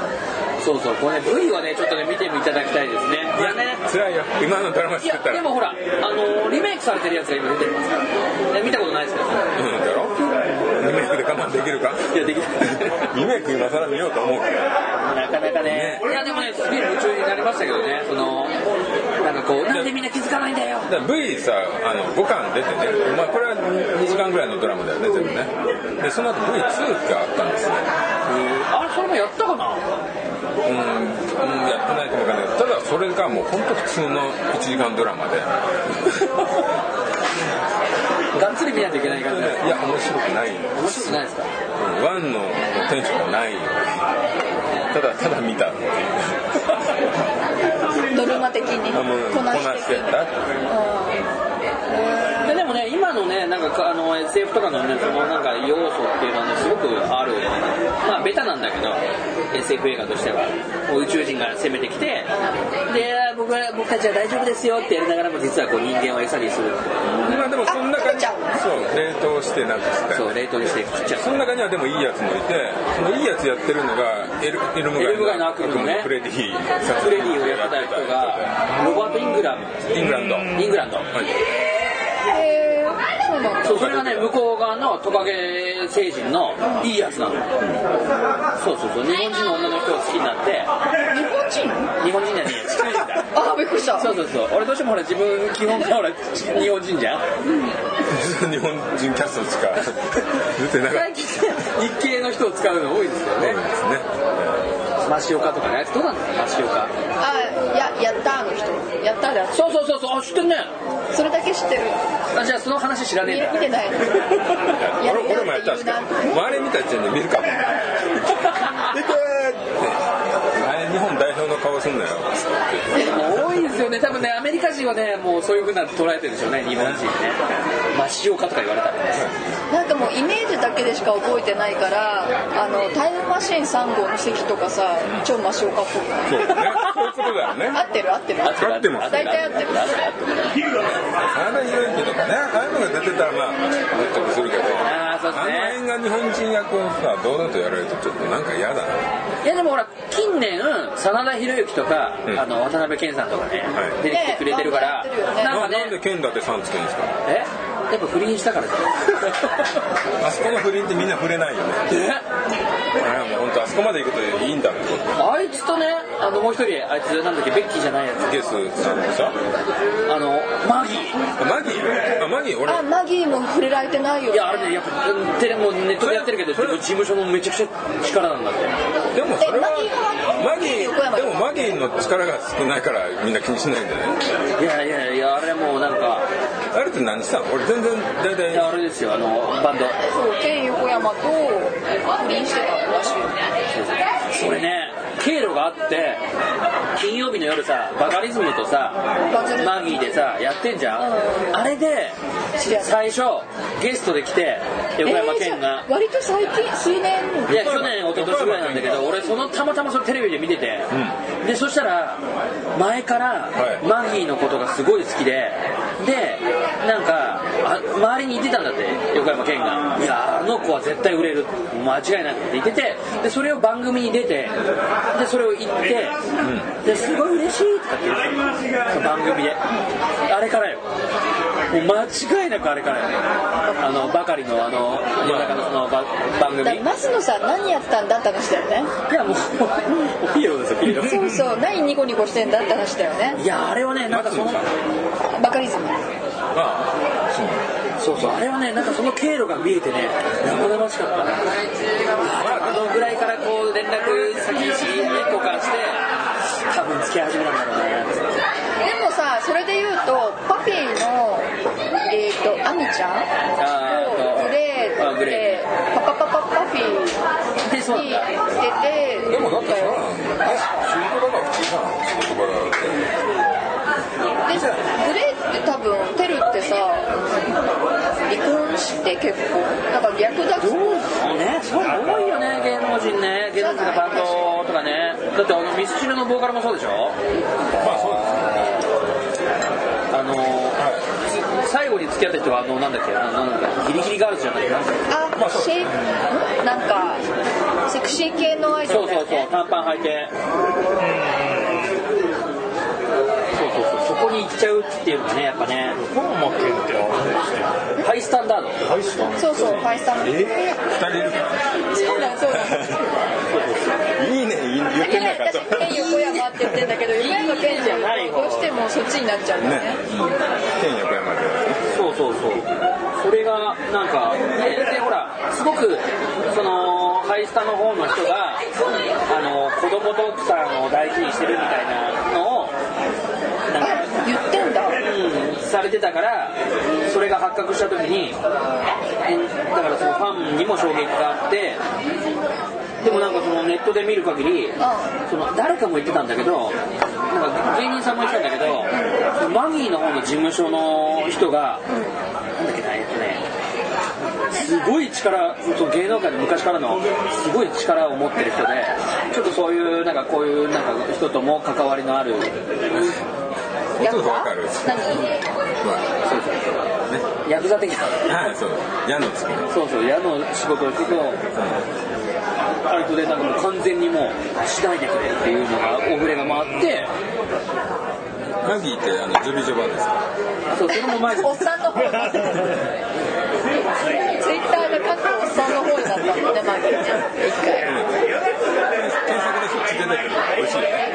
S3: そうそうこれね V はねちょっとね見ていただきたいですねいやね
S6: 辛いよ今のドラマ
S3: い
S6: 知って
S3: や
S6: た
S3: で
S6: ら
S3: もほらあのーリメイクされてるやつが今出てますから、ね、見たことないですけど
S6: うんだろリメイクで我慢できるか
S3: いやできない
S6: リメイク今更見ようと思う
S3: なかなかねいやでもねすげえ夢中になりましたけどねそのなんかこうなんでみんな気づかないんだよ
S6: だから V さあの5巻出てね、まあ、これは2時間ぐらいのドラマだよね全部ねでその後 V2 があったんですね
S3: あれそれもやったかな
S6: うん、うん、やってないと思うかねただそれがもう本当普通の1時間ドラマで
S3: がっつり見ないといけない感じ
S6: いや面白くないの
S3: 面白くないですか
S6: うんワンのテンションがないただただ見たっていう
S4: ドルマ的に
S6: あもうこ
S4: こな
S6: な
S4: し
S6: して
S4: 的に
S6: た
S3: ででもね今のねなんかかあの SF とかのねそのなんか要素っていうのはねすごくあるまあベタなんだけど SF 映画としてはこう宇宙人が攻めてきてで僕は僕たちは大丈夫ですよってやりながらも実はこう人間を餌にする
S6: まあでもその中
S4: あ食べ
S6: に
S4: ち
S6: そ
S4: ゃう
S6: う冷凍してなくして
S3: そう冷凍にして食っちゃう
S6: その中にはでもいいやつもいてそのいいやつやってるのがエルエルム
S3: エルム
S6: 街
S3: 街
S6: の
S3: の悪夢ね
S6: フレディ
S3: フレディをやってた人がロバート・イングラム
S6: イングランド
S3: イングランド
S6: はい
S4: えーそうなんだ
S3: そうそれがね向こう側のトカゲ星人のいいやつなの、そうそうそう日本人の女の人を好きになって
S4: 日本人
S3: 日本人じゃねえや地球人だ
S4: あびっくりした
S3: そうそうそう俺どうしてもほら自分基本がほら日本人じゃん
S6: 日本人キャストしか 出てなかった
S3: 最近日系の人を使うの多いですよね
S6: ですね
S3: 増岡とかねどうなんですか増岡
S4: あややったーの人やったーで
S3: そうそうそうそうあ知ってんね
S4: それだけ知ってる
S3: あじゃあその話知らね
S4: 見
S3: えんだ
S4: 見てないの
S6: 俺俺もやったんですけど周り見た時点で見るかも行くーってあれ日本代表の顔すんなよ
S3: 多いですよね多分ねアメリカ人はねもうそういうふうな捉えてるでしょうね日本人ね増岡とか言われたらね
S4: なんかもうイメージだけでしか覚えてないからあのタイムマシーン3号の席とかさ超増岡っぽくない
S6: そうねそういうことだよね
S4: 合ってる合ってる
S6: 合ってます
S4: 大体合ってる
S3: 合ってる
S6: 原裕之とかねああいうのが出てたらまあ納得するけど
S3: あーそうですね
S6: あの辺が日本人役をさ堂々とやられるとちょっとなんか嫌だない
S3: やでもほら近年真田広之とか、
S6: うん
S3: あの渡辺謙さんとかね、
S6: はい
S3: 出てきてくれてるから、
S4: ねえバ
S3: なんか
S4: ンドやってるよね
S6: な
S3: ね
S6: なんで剣だってさんつけるんですか
S3: えやっぱ不倫したからじゃ
S6: あそこの不倫ってみんな触れないよね
S3: ん ね
S6: あもう本当あそこまで行くといいんだって
S3: あいつとねあのもう一人あいつなんだっけベッキーじゃないやつ
S6: ゲスさんでしょ
S3: あのマギー
S6: あマギーあマギー俺
S4: あマギーも触れられてないよ
S3: いやあれねやっぱテレもうネットでやってるけど
S6: それ
S3: 事務所のめちゃくちゃ力なんだって
S6: でもそれは
S4: え
S6: マ
S4: マ
S6: ギ
S4: ギー
S6: ー
S4: がマ
S6: で
S4: ギー
S6: もマギーの力が少ないからみんな気にしないんだよ
S3: い
S6: ね
S3: やいやいやあれもうなんか
S6: あれって何したの俺全然大
S3: い
S6: 体
S3: やあれですよあのバンド
S4: そうケン横山と不倫してたらしいよ
S3: それね経路があって金曜日の夜さバカリズムとさ
S4: バズる
S3: マギーでさやってんじゃんあれで
S4: 知り合い
S3: 最初ゲストで来て横山
S4: えー
S3: 健
S4: じゃあ
S3: が、
S4: 割と最近数年
S3: いや去年一昨年ぐらいなんだけど俺そのたまたまそれテレビで見てて、でそしたら前から
S6: はい
S3: マギーのことがすごい好きででなんかあ周りに言ってたんだって横山健が「いやあの子は絶対売れる間違いなく」って言っててでそれを番組に出てでそれを言って、ですごい嬉しいとかって言ってたその番組であれからよもう間違いなくあれからよあのばかりのあの夜中のそのば番組
S4: だから増野さん何やってたんだって話だよね
S3: いやもうヒーローですよヒーロー
S4: そうそう何ニコニコしてんだって話だよね
S3: いやあれはねなんかその
S4: バカリズム
S6: あ
S3: そうそうあれはねなんかその経路が見えてね生々しかったねあのぐらいからこう連絡先交換して多分付き合い始めたんだろうね
S4: でもさそれで言うとパピーのえっ、とアミちゃん
S3: あー
S4: とグレ
S3: あ
S4: ー
S3: ー
S4: っ
S3: グレ
S4: てパパパパパフィー
S3: でそうなん
S4: に
S3: だ
S6: あ
S4: 出て
S6: でもだってさあ仕事だから普通じゃん仕事場だから
S4: でグレーって多分テルってさ離婚して結婚だから逆だ
S3: どうねそう多いよね芸能人ね芸能人のバンドとかねだってあのミスチルのボーカルもそうでしょ
S6: まあそうです
S3: あの最後に付き合った人はあのなんだっけあのなんだっけギリギリガールズじゃないなんだっけ
S4: あシェイんなんかセクシー系のアイド
S3: そ
S4: ル
S3: う
S4: だ
S3: そ
S4: よ
S3: うそう
S4: ね
S3: 短パン履いてそうそうそうそこに行っちゃうっていうのがねやっぱね
S2: 横浜県ってあれでして
S3: ハイスタンダード
S2: 大したん
S4: そうそうファイスタン
S6: えー、2人いるか
S4: そうなんそうなん
S6: らいいね言っ
S4: い
S6: て
S4: や
S6: なかっ
S4: 私
S6: た
S4: ね横山って言ってんだけど横山健じゃないどうしてもそっちになっちゃうんだよね
S6: ね県横山で
S3: そうそうそうそれがなんかねでほらすごくそのハイスタの方の人があの子供と奥さんを大事にしてるみたいなのをなんか
S4: あ言ってんだ
S3: うんされてたからそれが発覚した時にえだからそのファンにも衝撃があってでもなんかそのネットで見る限りその誰かも言ってたんだけどなんか芸人さんも言ってたんだけどそのマギーの方の事務所の人がなんだっけなえっとねすごい力その芸能界の昔からのすごい力を持ってる人でちょっとそういうなんかこういうなんか人とも関わりのある
S6: ちょ
S4: や
S6: っ
S4: っ
S6: と
S4: た
S6: わかる
S4: 何
S6: ま
S3: ヤクザ的な
S6: あはいそう矢のつくね
S3: そうそう、矢の仕事をしてと、あれとでなんかもう完全にもう、しないでくれっていうのが、お触れが回って、
S6: マギーってあのジョビジョバですか
S3: そうそれもマギー
S4: おっさんの方だツイッターが各おっさんの方になったもんねマギーね一回
S6: 検索でそっち出てくる美味しいよね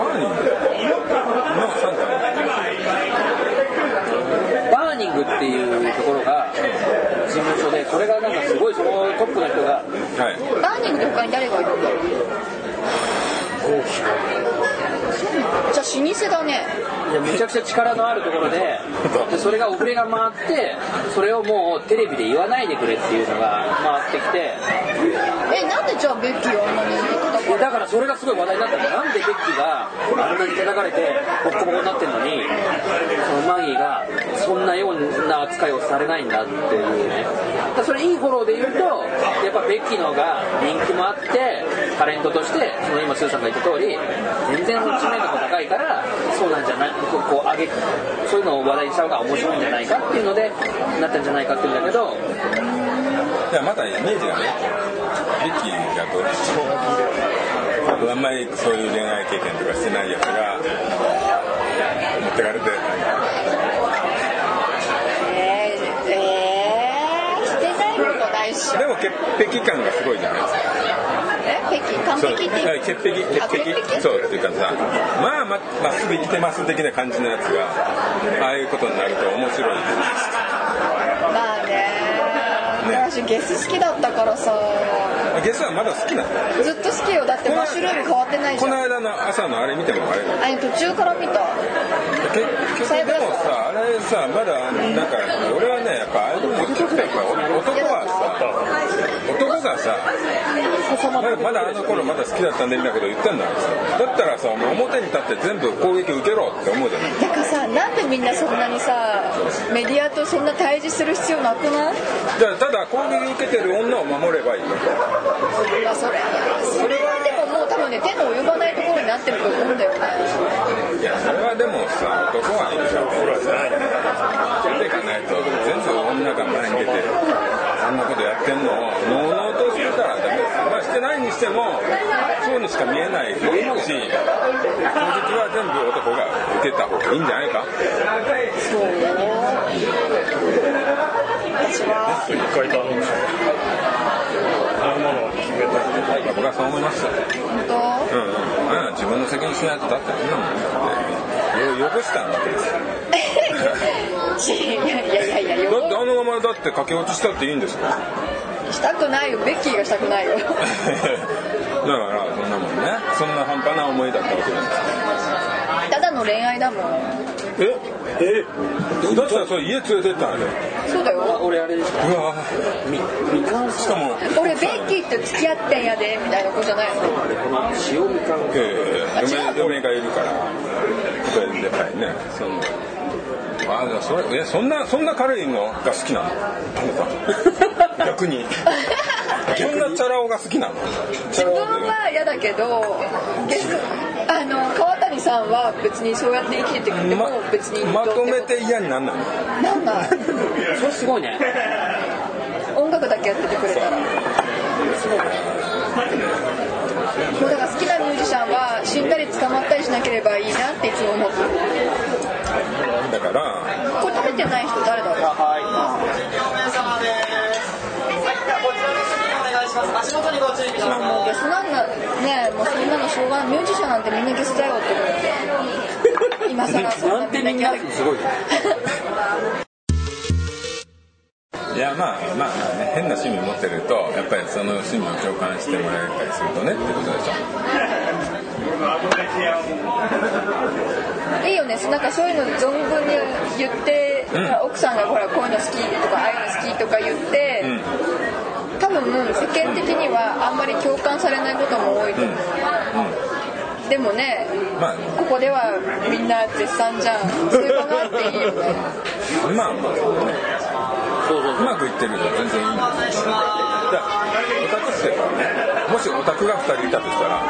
S6: バーニングのサンタ
S3: バーニングっていうところが事務所でこれがなんかすごいそのトップの人が
S6: はい
S4: バーニングって他に誰がいるんだろうそうなんだじゃあ老舗だね
S3: いやめちゃくちゃ力のあるところででそれがお触れが回ってそれをもうテレビで言わないでくれっていうのが回ってきて
S4: えなんでじゃあベッキーはあんなに人気だ
S3: でだからそれがすごい話題になったんだなんでベッキーがあんなに叩かれてボッコボコになってんのにそのマギーがそんなような扱いをされないんだっていうねだからそれいいフォローで言うとやっぱベッキーの方が人気もあってタレントとしてその今スーさんが言った通り全然知名度も高いからそうなんじゃないこうこう上げそういうのを話題にした方が面白いんじゃないかっていうのでなったんじゃないかっていうんだけど
S6: いやまたイメージがねリッキーだとあんまりそういう恋愛経験とかしてないやつが持ってかれて
S4: えー、えー、してないことないっしょ
S6: でも潔癖感がすごいじゃないですか
S4: え北京完
S6: そう
S4: 璧って
S6: はいいう潔癖
S4: あ
S6: 潔
S4: 潔
S6: 癖
S4: 癖
S6: そうっていうかさまあままっすぐ生きてます的な感じのやつがああいうことになると面白い
S4: まあね私ゲス好きだったからさ
S6: ゲスはまだ好きなの
S4: ずっと好きよだってマッシュルーム変わってないじ
S6: こ
S4: ゃん
S6: の
S4: あ
S6: 間の朝のあれ見てもあれ
S4: れ途中から見た
S6: 結局でもさあれさまだなんか俺はねやっぱああいうの男ってやっぱ男はさ男がさまだまだあの頃まだ好きだったんでみたいなこと言ったんだからだったらさお前表に立って全部攻撃受けろって思うじゃない
S4: だからさなんでみんなそんなにさメディアとそんな対峙する必要なくない
S6: じゃあただ攻撃受けてる女を守ればいい
S4: まあそれそれはでももう多分ね手の及ばないところになってると思うんだよね
S6: いやそれはでもさ男はいいじゃんほらじゃない出てかないと全部女が前に出てあんなことやってんのをのうのうとしてたらダメですよまあしてないにしてもそういうのしか見えないと思うし攻撃は全部男が受けた方がいいんじゃないか
S4: そう私は
S2: 一回頼むあんなの決めた
S6: 僕はそう思いましたう
S4: 本当
S6: んうん、うん、自分の責任しないとだってそんなもんねよ汚したんだけです よ
S4: いやいやいやいや
S6: だってあのままだって駆け落ちしたっていいんですよ
S4: したくないよベッキーがしたくないよ
S6: だからそんなもんねそんな半端な思いだったわけなんです
S4: ただの恋愛だもん
S6: ええだったらそれ家連れてったんだよ
S4: そうだよ
S3: 俺あれですか
S6: うわ
S3: みかん
S6: しかも
S4: 俺ベッキーと付き合ってんやでみたいな子じゃないの
S3: この塩みかん
S6: いやいやいや嫁嫁がいるからそれではいねそんなあじゃあそれえそんなそんな軽いのが好きなのあなた逆にそんなチャラ男が好きなの
S4: 自
S6: チャラ
S4: 分
S6: 男で
S4: は嫌だけどゲスあの川谷さんは別にそうやって生きててくれても別に
S6: ままとめ
S4: どうって
S6: 嫌になんないの
S4: となんだ
S3: それすごいね
S4: 音楽だけやっててくれたらもうだから好きなミュージシャンは死んだり捕まったりしなければいいなっていつも思ってる
S6: だから
S4: これ食べてない人誰だろう
S7: 足元にご注意ください。
S4: もうゲスなんだねもうそんなのしょうがないミュージシャンなんてみんなゲスだよって思って今さらそんな
S3: なんてみんなすごいね
S6: いやまあまあまあね変な趣味持ってるとやっぱりその趣味を共感してもらえたりするとねってことでしょ
S4: いいよねなんかそういうの存分に言って、
S6: ん
S4: 奥さんがほらこういうの好きとかああいうの好きとか言って、
S6: ん
S4: 多分世間的にはあんまり共感されないことも多いと思う、でもね
S6: まあ
S4: ここではみんな絶賛じゃんそういう場があっていいよね
S6: まあまあね
S3: そうそう
S6: うまくいってるのは全然いいんですよだからオタクってからねもしオタクが2人いたとしたら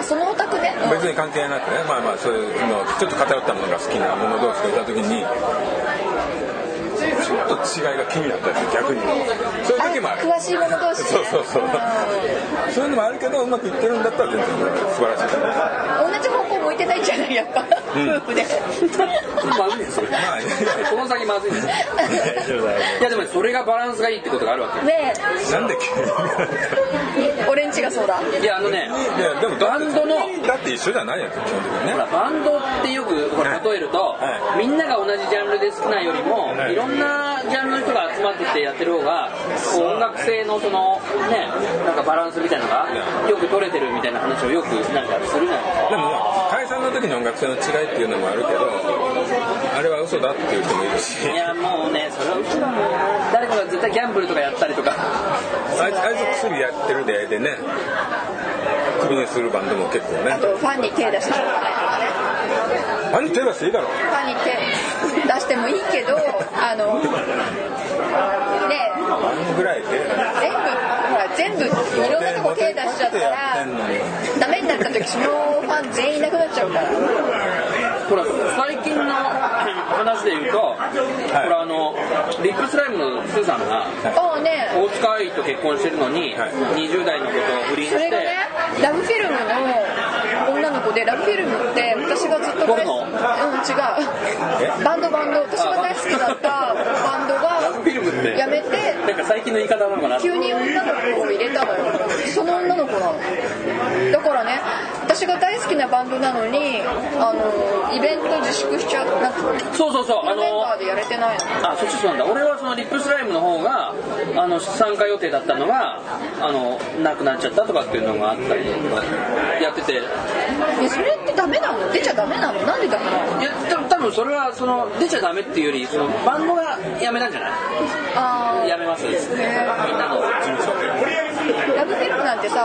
S4: あそのお宅ね、うん
S6: 別に関係なくねまあまあそういうのちょっと偏ったものが好きな者同士がいた時にちょっと違いが気になったりする逆にそういう時もある
S4: 詳しい者同士ね
S6: そうそうそうそういうのもあるけどうまくいってるんだったら全然素晴らしい
S4: うん同じ方向向いてないんじゃないやっぱ、夫 婦で
S3: まずいですよ
S6: まあいい
S3: この先まずいですよいやでもねそれがバランスがいいってことがあるわ
S4: ね
S6: なんで急に
S4: え俺んちがそうだ
S3: けいやあのね
S6: いやでもだって
S3: バンドの
S6: だって一緒じゃないやつ基本的に
S3: ほ
S6: ね
S3: らバンドってよくほら例えると、
S6: は
S3: みんなが同じジャンルで好きなよりも、い、ろんなジャンルの人が集まってきてやってる方がこう音楽性のそのねなんかバランスみたいなのがよく取れてるみたいな話をよくなんかするじゃないですか
S6: でも解散の時の音楽性の違いっていうのもあるけどあれは嘘だっていう人もいるし
S3: いやもうねそれはうちらも誰かが絶対ギャンブルとかやったりとか
S6: あいつあいつ薬やってるででねクビにするバンドも結構
S4: あ
S6: ね
S4: とファンに手出してしょうがないとかね
S6: あれ手出していいだろ
S4: ファンに手出してもいいけどあのね
S6: バンドぐらいで
S4: 全部ほら全部いろんなとこ手出しちゃったらダメになった時そのファン全員いなくなっちゃうから
S3: ほら最近の話で言うと、ほらあのリップスライムのスーさんが
S4: ああね
S3: 大塚愛と結婚してるのに、
S6: はい
S3: 20代のことを不倫
S4: そ
S3: し
S4: れがね
S3: て。
S4: ラブフィルムの女の子でラブフィルムって私がずっと大好き
S3: 僕
S4: うん違うバンドバンド私が大好きだったバンド
S3: ラブフィルムっ
S4: が
S3: て
S4: やめて
S3: なんか最近の言い方なのかな
S4: 急に女の子を入れたのよその女の子なのだからね私が大好きなバンドなのにあのイベント自粛しちゃうなんか
S3: そうそうそうあ
S4: メンバー
S3: の
S4: でやれてないの
S3: あそっちそうなんだ俺はそのリップスライムの方があの参加予定だったのがあのなくなっちゃったとかっていうのがあったりとかやっててい
S4: えそれってダメなの出ちゃダメなのなんでだから
S3: や多分多分それはその出ちゃダメっていうよりそのバンドがやめたんじゃな
S4: あー
S3: いやめますっつってみんなの
S4: ラブフィルムなんてさ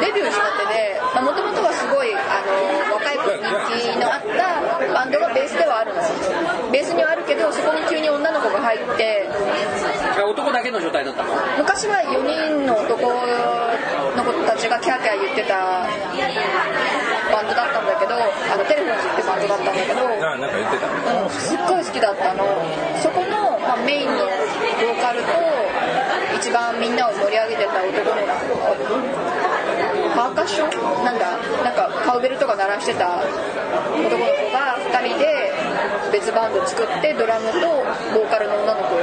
S4: デビューしたてでもともとはすごいあの若い子に人気のあったバンドがベースではあるのベースにはあるけどそこに急に女の子が入って
S3: あ男だけの状態だったの
S4: 昔は4人の男の子たちがキャーキャー言ってたバンドだったんだけどあのテレフォンズってバンドだったんだけど
S6: ななんか言ってた
S4: うんすっごい好きだったのそこの、まあ、メインのボーカルと一番みんなを盛り上げてた男の子パーカッションなんだなんかカウベルとか鳴らしてた男の子が2人で別バンド作ってドラムとボーカルの女の子を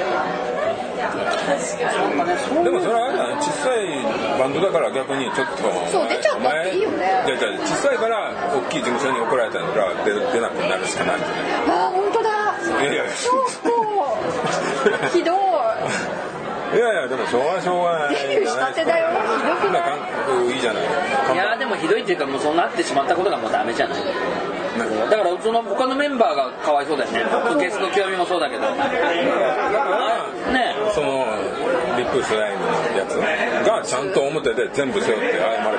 S6: でもそれはあれだね小さいバンドだから逆にちょっと
S4: そう
S6: お前
S4: 出ちゃったっていいよね
S6: お前いやいや小さいから大きい事務所に怒られたんだから出出なくなるしかないんじゃない
S4: ああ本当だ
S6: いやいや
S4: 超不幸ひ どい
S6: いやいやでもしょうがないしょうがない
S4: デビューしたてだよひど
S6: そ
S4: く
S6: ん
S4: な
S6: な
S4: い
S6: 感覚いいじゃない
S3: いやでもひどいっていうかもうそうなってしまったことがもうダメじゃないだからその他のメンバーがかわいそうだよねゲスの極みもそうだけど
S6: だから
S3: ね
S6: そのリップスライムのやつがちゃんと表で全部背負って謝ればいい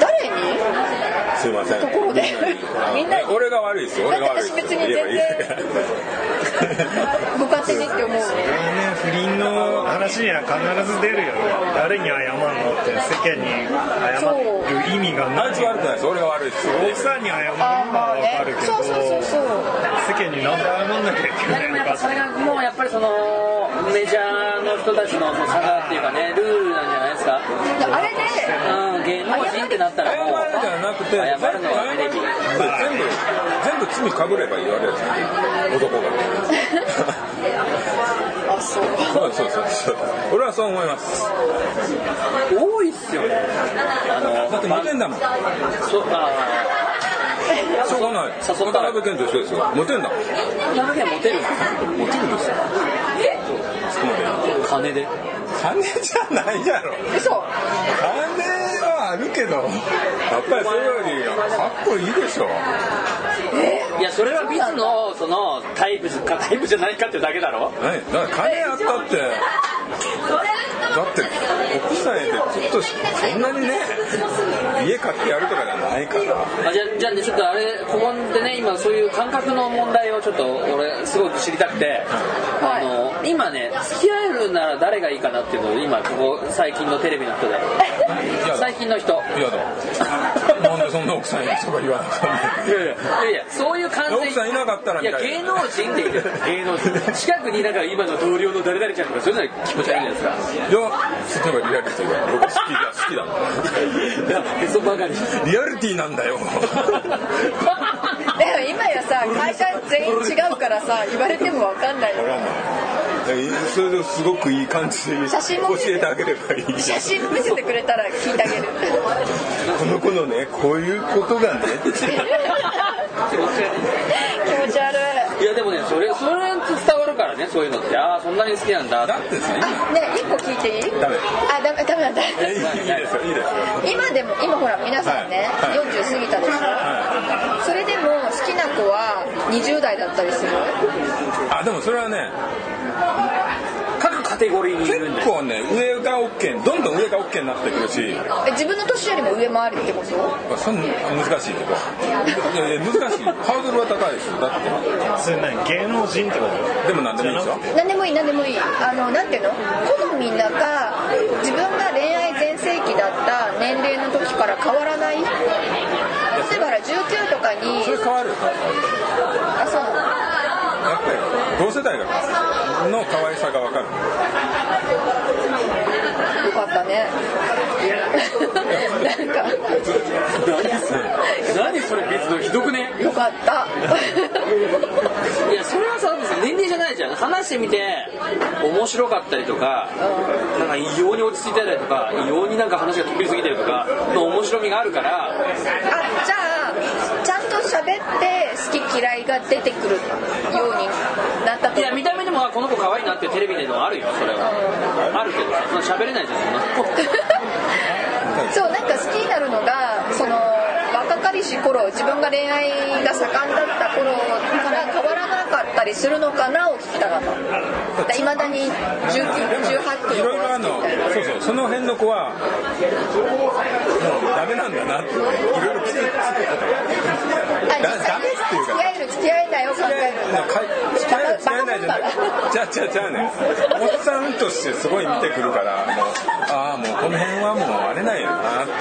S4: 誰に
S6: すいません
S4: ところでみんなに
S6: 俺が悪いですよ
S4: だっ
S6: 俺
S4: て
S6: が悪い
S4: 私
S6: です
S4: 別に全
S6: 言え
S4: 然
S6: ばいい
S4: ご勝手にって思う
S2: ね不倫の話には必ず出るよね誰に謝るのって世間に謝る意味が
S6: あ
S2: ない
S6: いつ悪くないです俺が悪いです
S2: 奥さんに謝るの
S4: あーま
S2: は
S4: あ
S2: 分かる
S4: ね
S2: けど
S4: そうそうそうそう
S2: 世間に何で謝んなきゃいけ
S3: で
S2: ない
S3: も
S2: の
S3: やっ
S2: か
S3: ぱ
S2: って
S3: それがもうやっぱりそのメジャーの人たちの差がっていうかねルールなんじゃないですか
S4: あれで
S3: うん芸能人ってなったらもう
S6: 謝るじゃなくて
S3: 謝るのはテレビ
S6: 全部全部罪かぶれば言われる男が
S4: あそう
S6: そうそうそうそう俺はそう思います
S3: 多いっすよねあの
S6: だってモテんだもんし
S3: そうあ
S6: ょうがない
S3: 誘ったら
S6: 渡辺謙と一緒ですよモテんだもん
S3: ー田中君モテるモテるんですよ
S6: そこま
S3: 金
S6: で
S3: で
S6: 金じゃないやろ
S4: 嘘
S6: 金はあるけどやっぱりそれよりかっこいいでしょ
S3: いやそれはビズのそのタイプかタイプじゃないかってだけだろ
S6: 何だから金あったってだって国際でちょっとそんなにね家買ってやるとかじゃないから
S3: あじゃあじゃあねちょっとあれここでね今そういう感覚の問題ををちょっと俺すごく知りたくて、
S4: はい
S3: あの今ね付き合えるなら誰がいいかなっていうのを今ここ最近のテレビの人で
S6: やだ
S3: 最近の人
S6: 嫌だなんでそんな奥さんいるとか言わなくても
S3: いやいやいやそういう感
S6: 奥さんいなかったら
S3: い
S6: み
S3: や
S6: たいな
S3: 芸能人って言ってる芸能人近くになんか今の同僚の誰々ちゃんとかそういうのは気持ち悪いじゃないですか
S6: いやそっちの方がリアリティが僕好きだ好きだも
S3: いやへそばかり
S6: んリアリティなんだよ
S4: でも今やさ会社全員違うからさ言われてもわかんないよ
S6: それですごくいい感じで
S4: 写真も見
S6: 教
S4: せて
S6: えてあげればいい
S4: 写真見せてくれたら聞いてあげる
S6: この子のねこういうことがね
S3: 気持ち悪い
S4: 気持ち悪い
S3: いやでもねそれそれ伝わるからねそういうのってああそんなに好きなんだって
S6: だってさ
S4: あねえ一個聞いていい
S6: ダメ
S4: あダメダメなんだ
S6: いいですよいいですよ
S4: 今でも今ほら皆さんね、
S6: はいはい
S4: 40過ぎたでしょ、それでも好きな子は20代だったりする
S6: あでもそれはね
S3: 各カテゴリーにい
S6: 結
S3: るんだよ
S6: 構ね上が OK どんどん上が OK になってくるし
S4: え自分の年よりも上回るってこと
S6: まあそん難しいけどいやいや難しいハードルは高いですよだっ
S2: それ何芸能人ってこと
S6: てでも何でもいいですよ
S4: 何でもいい何でもいいあのなんていうの好みだか自分が恋愛全盛期だった年齢の時から変わらない例えばほら19とかに
S6: それ変わるよ
S4: あそうなの
S6: やっぱり同世代がの可愛さが分かる
S4: よかったね なんか
S3: 何それ何それ別のひどくね
S4: よかった
S3: いやそれはさ別に年齢じゃないじゃん話してみて面白かったりとかなんか異様に落ち着いたりとか異様になんか話が飛びすぎたりとかの面白みがあるから
S4: あじゃあちゃんと喋って好き嫌いが出てくるようになった
S3: い
S4: と
S3: や見た目でもあこの子可愛いなってテレビでのあるよそれはあるけどさそんな喋れないじゃんそんな
S4: そうなんか好きになるのがその若かりし頃自分が恋愛が盛んだった頃から変わらなかったりするのかなを聞きたかったいまだに1918
S6: い
S4: の
S6: ろい
S4: 頃
S6: ろあ
S4: は
S6: る
S4: 好きみ
S6: の
S4: たいな
S6: そうそうその辺の子はもうダメなんだなっていろいろきつい
S4: あ実
S6: ダ
S4: 際
S6: メ
S4: に
S6: っていうか
S4: 付き合える付き合えないを考えるんだ
S6: 付き合え付き合えないじゃないじゃあじゃあじゃあねおっさんとしてすごい見てくるからもうああもうこの辺はもうあれなんやなって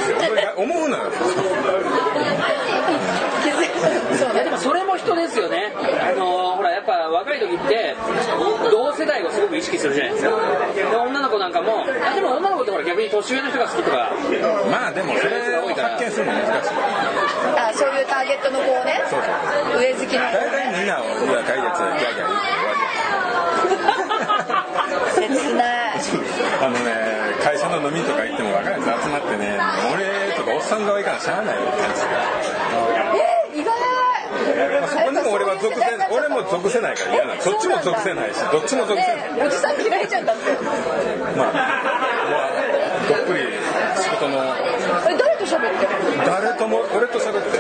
S6: 思うのよ
S4: 気づいそう
S3: でもそれも人ですよね、あのーほらやっぱ若い時って同世代をすごく意識するじゃないですかで女の子なんかもあでも女の子ってほら逆に年上の人が好きとか
S6: まあでもそれを発見するの難しい
S4: あそういうターゲットの子をね
S6: そうそう
S4: 上好きの
S6: 大体みんなを「いや解決ギャーギャー言うから終わり
S4: 切ない
S6: あのね会社の飲みとか行っても若いやつ集まってね俺とかおっさん側いからしゃあないよって話
S4: え意外
S6: まあそこにも俺は属せ俺も属せないから嫌なのそっちも属せないしどっちも属せない
S4: ねおじさん嫌いじゃんだって
S6: まあ、まあ、どっぷり仕事の
S4: え誰と喋ってる
S6: 誰とも俺と喋ってる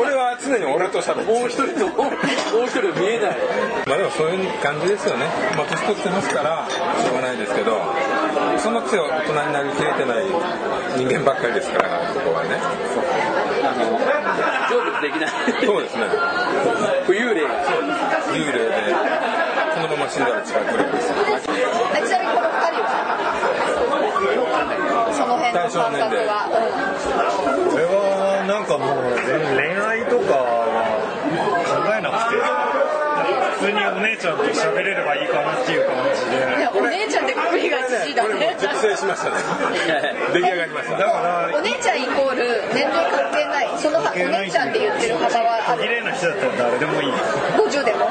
S6: 俺は常に俺と喋ってる
S3: もう一人のもう一人の見えない
S6: まあでもそういう感じですよねまあ年取ってますからしょうがないですけどそのくせ大人になりきれてない人間ばっかりですからここはね
S3: あの成仏できない
S6: そうですね
S3: 浮遊霊が
S6: 幽霊でこのまま死んだら違うくらいです
S4: あちなみにこの二人はその辺の感覚は、
S2: 俺はなんかもう全然恋愛とかは考えなくて普通にお姉ちゃんと喋れればいいかなっていう感じで
S4: うんいやお姉ちゃんでくくりがじじいだ
S6: これも
S4: ね
S6: う熟成しましたね出来上がりまし
S2: だ
S6: た
S2: から
S4: お姉ちゃんイコール年齢関係ないそのお姉ちゃんって言ってる幅はあ
S2: 綺
S4: る
S2: 麗な人だったら誰でもいい
S4: 50でも
S6: だ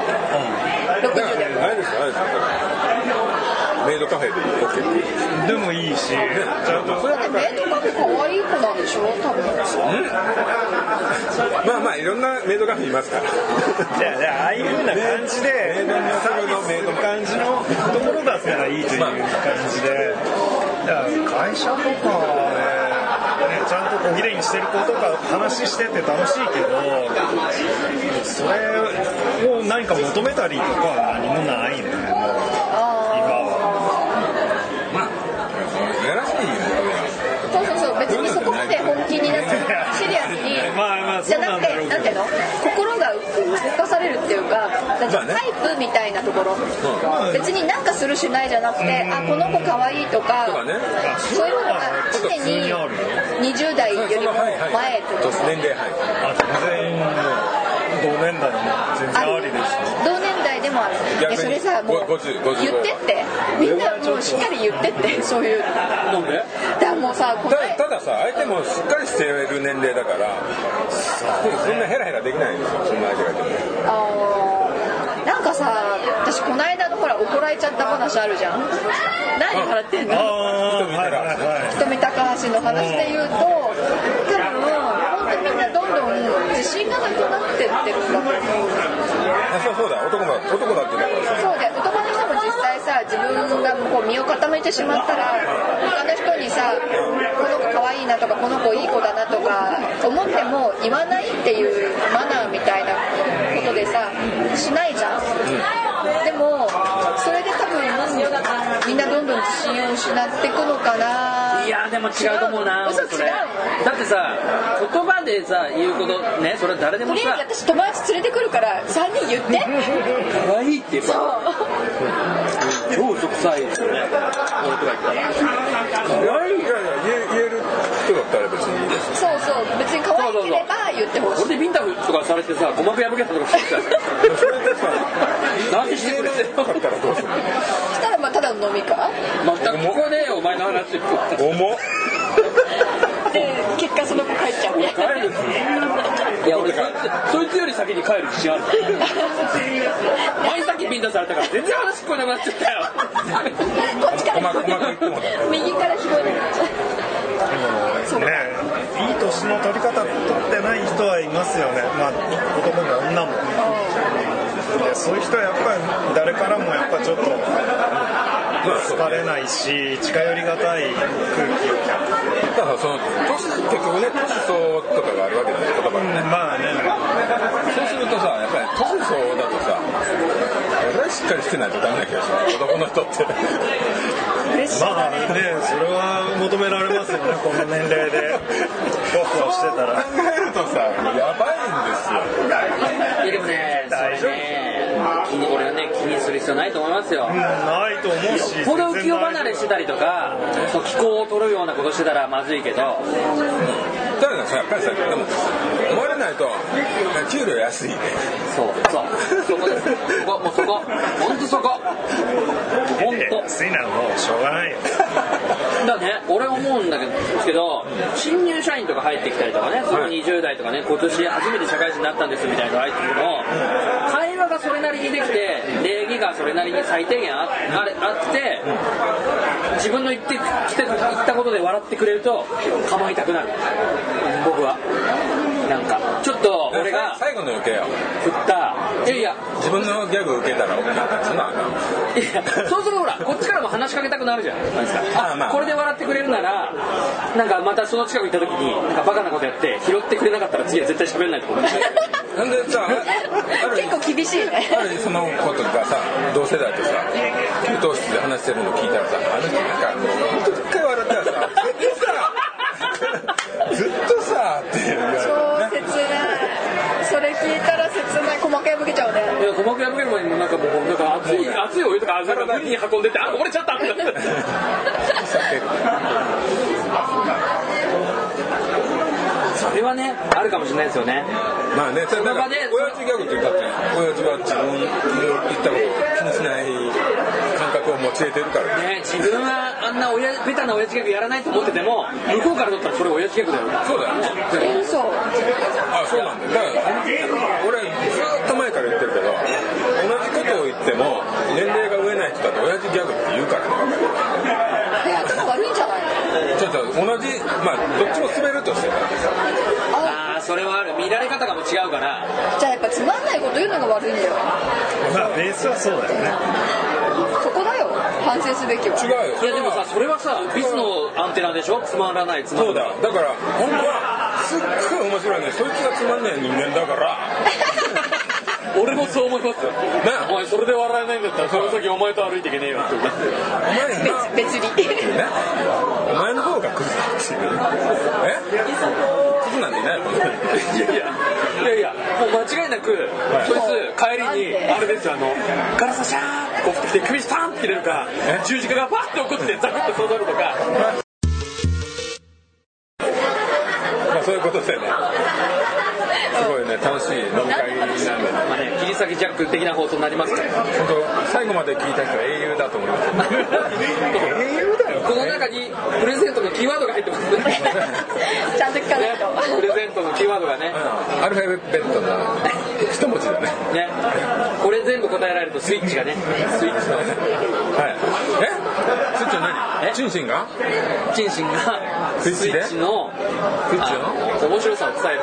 S6: か
S4: 60でも
S6: らあれですよあれですよメイドカフェでいい OK
S2: でもいいしちゃんと
S6: それは
S4: で
S6: なんか
S4: メイドカフェ可愛い子なんでしょ多分
S6: まあまあいろんなメイドカフェいますから
S2: じゃあじゃあああいうふうな感じ
S6: メ
S2: で
S6: イドに
S2: サービスする感じのところだったらいいという感じでだから会社とかはねねちゃんと小切れにしてる子とか話してて楽しいけどそれを何か求めたりとかは何もないねもう今は
S6: まあやらしい
S4: そうそうそう別にそこまで本気になってシリアスに
S2: まあまあ
S4: じ
S2: そ
S4: ゃ
S2: う
S4: な
S2: な
S4: く
S2: ん
S4: て
S2: だろうけ
S4: なんていうの心が動かされるっていうかタイプみたいなところ
S6: う
S4: 別になんかするしないじゃなくてあこの子かわいいとか
S6: とかね
S4: そういうのが常に20代より
S6: そ
S4: も
S6: のはいはい
S4: 前とか
S6: 年齢はい
S2: あ全員もう同年代も全然ありですね
S4: 同年代でもある
S6: 逆に
S4: えそれさもう
S6: ご50 55
S4: 言ってってみんなもうしっかり言ってってそういうのだ
S3: なんで
S4: からもうさこの
S6: たたださ相手もしっかりしてる年齢だからそんなヘラヘラできないんですよそんな相手がいても
S4: あーなんかさ私この間のほら怒られちゃった話あるじゃん何払ってん
S2: あ
S4: の
S2: あはいはいはい
S4: 富高橋の話で言うと多分本当みんなどんどん自信がなくなってってるんだと思う
S6: あそうそうだ男も男だってだからさ
S4: そうで男の人も実際さ自分がこう身を固めてしまったら他の人にさこの子可愛いなとかこの子いい子だなとか思っても言わないっていうマナーみたいなことでさしないじゃん、でもそれで多分みんなどんどん自信を失っていくのかない
S3: いやでも違うと思うな
S4: 嘘
S3: そ
S4: 違
S3: れ
S4: う
S3: だってさ言葉でさ言うことねそれは誰で
S4: と
S3: も
S4: り
S3: さ
S4: あえず私友達連れてくるから3人言って
S3: 可愛いって言えば超嘘くさいですよね俺くらいから
S6: いやいやいや言え言える人だったら別にいいです
S4: そうそう別に可愛ければ言ってほしい
S3: これでビンタとかされてさ鼓膜破けたとかして
S6: よそれでさ
S3: たなんでしてくれてんの
S6: だったらどうする
S4: そしたらまあただの飲み会
S3: 全く聞こえねえよお前の話
S6: の重っ
S4: で結果その子帰っちゃうみたいな。
S3: 帰るいや俺そいつそいつより先に帰る自信ある前さっきビンタされたから全然話聞こえなくなっちゃったよ
S4: こっちから聞こ
S6: 細かいとこだ
S4: えない右から聞こえないそう
S2: ねいい年の取り方取ってない人はいますよねまあ男も女もでそういう人はやっぱり誰からもやっぱちょっと
S6: まあそう
S2: 疲れないし近寄りがたい空気を
S6: ただその年結局ね年相とかがあるわけだよ言葉にね
S2: まあね
S6: そうするとさやっぱり年相応だとさ俺はしっかりしてないとダメな気がします男の人って
S2: まあねそれは求められますよ ねこの年齢でふわふわしてた
S6: 考
S2: ら
S6: えるとさやば
S3: いや
S6: いんですよ
S3: でもねそれね気に俺はね気にする必要ないと思いますよ
S2: うんないと思うし
S3: これ浮世離れしてたりとかそう気候を取るようなことしてたらまずいけど
S6: たださやっぱりさでも思われないと給料安いね
S3: そうそうそこですそこもうそこ本当そこ本当
S2: 安いなもうしょうがないよ
S3: だね俺思うんだけど新入社員とか入ってきたりとかねその20代とかね今年初めて社会人になったんですみたいなのが入ってくると会話がそれなりにできて礼儀がそれなりに最低限ああれあって自分の言ってきた言ったことで笑ってくれると構いたくなる僕はなんかちょっと俺が
S6: 最後の余計よ
S3: 振ったいやいや
S6: 自分のギャグ受けたら OK なんそんなあかん
S3: いやそうするとほらこっちからも話しかけたくなるじゃん
S6: あ
S3: あ、
S6: まあ
S3: これで笑ってくれるならなんかまたその近く行った時になんかバカなことやって拾ってくれなかったら次は絶対喋んないと思う
S6: なんでさある
S4: 結構厳しいね
S6: あるそのことがさ同世代とさ給湯室で話してるの聞いたらさあの人なんかもう本当一回笑ったらさずっとさずっとさって言われ
S4: 超切ないそれ聞いたら切ない細かいぶけちゃうね
S3: いや鼓膜破ける前にもなんかもうなんか熱い熱いお湯とかなんか海に運んでってあこぼれちゃったってそれはねあるかもしれないですよね
S6: まあねそれだ
S3: そ
S6: か
S3: の場
S6: ら
S3: で
S6: 親父ギャグって言ったって親父は自分の言ったことを気にしない感覚を持ち得てるから
S3: ね自分はあんな親ベタな親父ギャグやらないと思ってても向こうから取ったらそれ親父ギャグだよ
S6: そうだよね
S4: え嘘
S6: あそうなんだよだから俺ずっと前から言ってるけど同じことを言っても年齢が上ない人だって親父ギャグって言うからね
S4: え頭悪いんじゃない
S6: ちょっと同じまあどっちも滑るとして
S4: あ
S3: ああそれはある見られ方がもう違うから
S4: じゃあやっぱつまんないこと言うのが悪いんだよ
S2: まあベースはそうだよね
S4: そこだよ反省すべきは
S6: 違うよ
S3: いやでもさそれはさビスのアンテナでしょつまらないつま
S6: そ
S3: ら
S6: う
S3: な
S6: だ
S3: い
S6: だから本当はすっごい面白いねそいつがつまんない人間だから
S3: 俺もそう思いますよ
S6: ね
S3: お前それで笑えないんだったらその先お前と歩いていけねえよって
S6: お前な
S4: 別別に
S6: ねお前の方がクズだっていうえクズなんていないもんね
S3: いやいやいやいやもう間違いなく、そいつ帰りにあれですよあのガラスシャーってこう降ってきて首サーンって切れるか十字架がバッて起こってザクッとそうなるとか
S1: まあそういうことでねすごいね楽しい飲み会なんでね
S3: まあね切り裂きジャック的な放送になりますから
S1: 本当最後まで聞いた人は英雄だと思います
S3: この中にプレゼントのキーワードが入ってます ね
S4: ちゃんと聞かな
S3: ね
S4: いと。
S3: プレゼントのキーワードがね
S1: アルファベットの一文字だね
S3: ねこれ全部答えられるとスイッチがねスイッチの
S1: はいえスイッチの
S3: え
S1: 何チンシンが
S3: チンシンが
S1: スイッチで
S3: の
S1: スイッチの
S3: あの面白さを伝える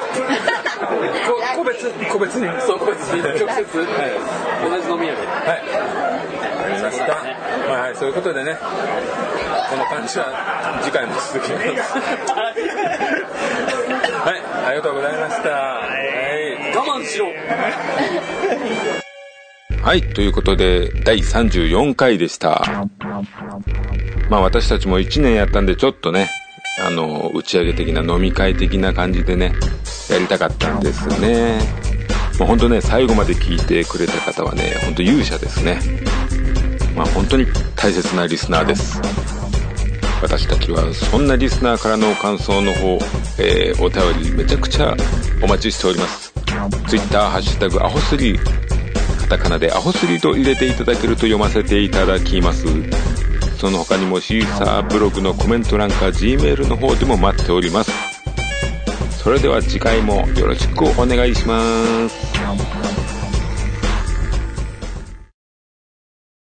S1: こ 個別個別に
S3: そうこうやって直接同じ飲み屋で
S1: はいわかりましたまあはいそういうことでねこの感じは次回も続 きますはいありがとうございましたはい
S3: 我慢しろ
S1: はい、ということで、第34回でした。まあ私たちも1年やったんで、ちょっとね、あの、打ち上げ的な飲み会的な感じでね、やりたかったんですよね。まあ本当ね、最後まで聞いてくれた方はね、本当勇者ですね。まあ本当に大切なリスナーです。私たちはそんなリスナーからの感想の方、えーお便りめちゃくちゃお待ちしております。ツイッターハッシュタグアホスリー、カタカナでアホスリーと入れていただけると読ませていただきます。その他にもシーサーブログのコメント欄か Gmail の方でも待っております。それでは次回もよろしくお願いします。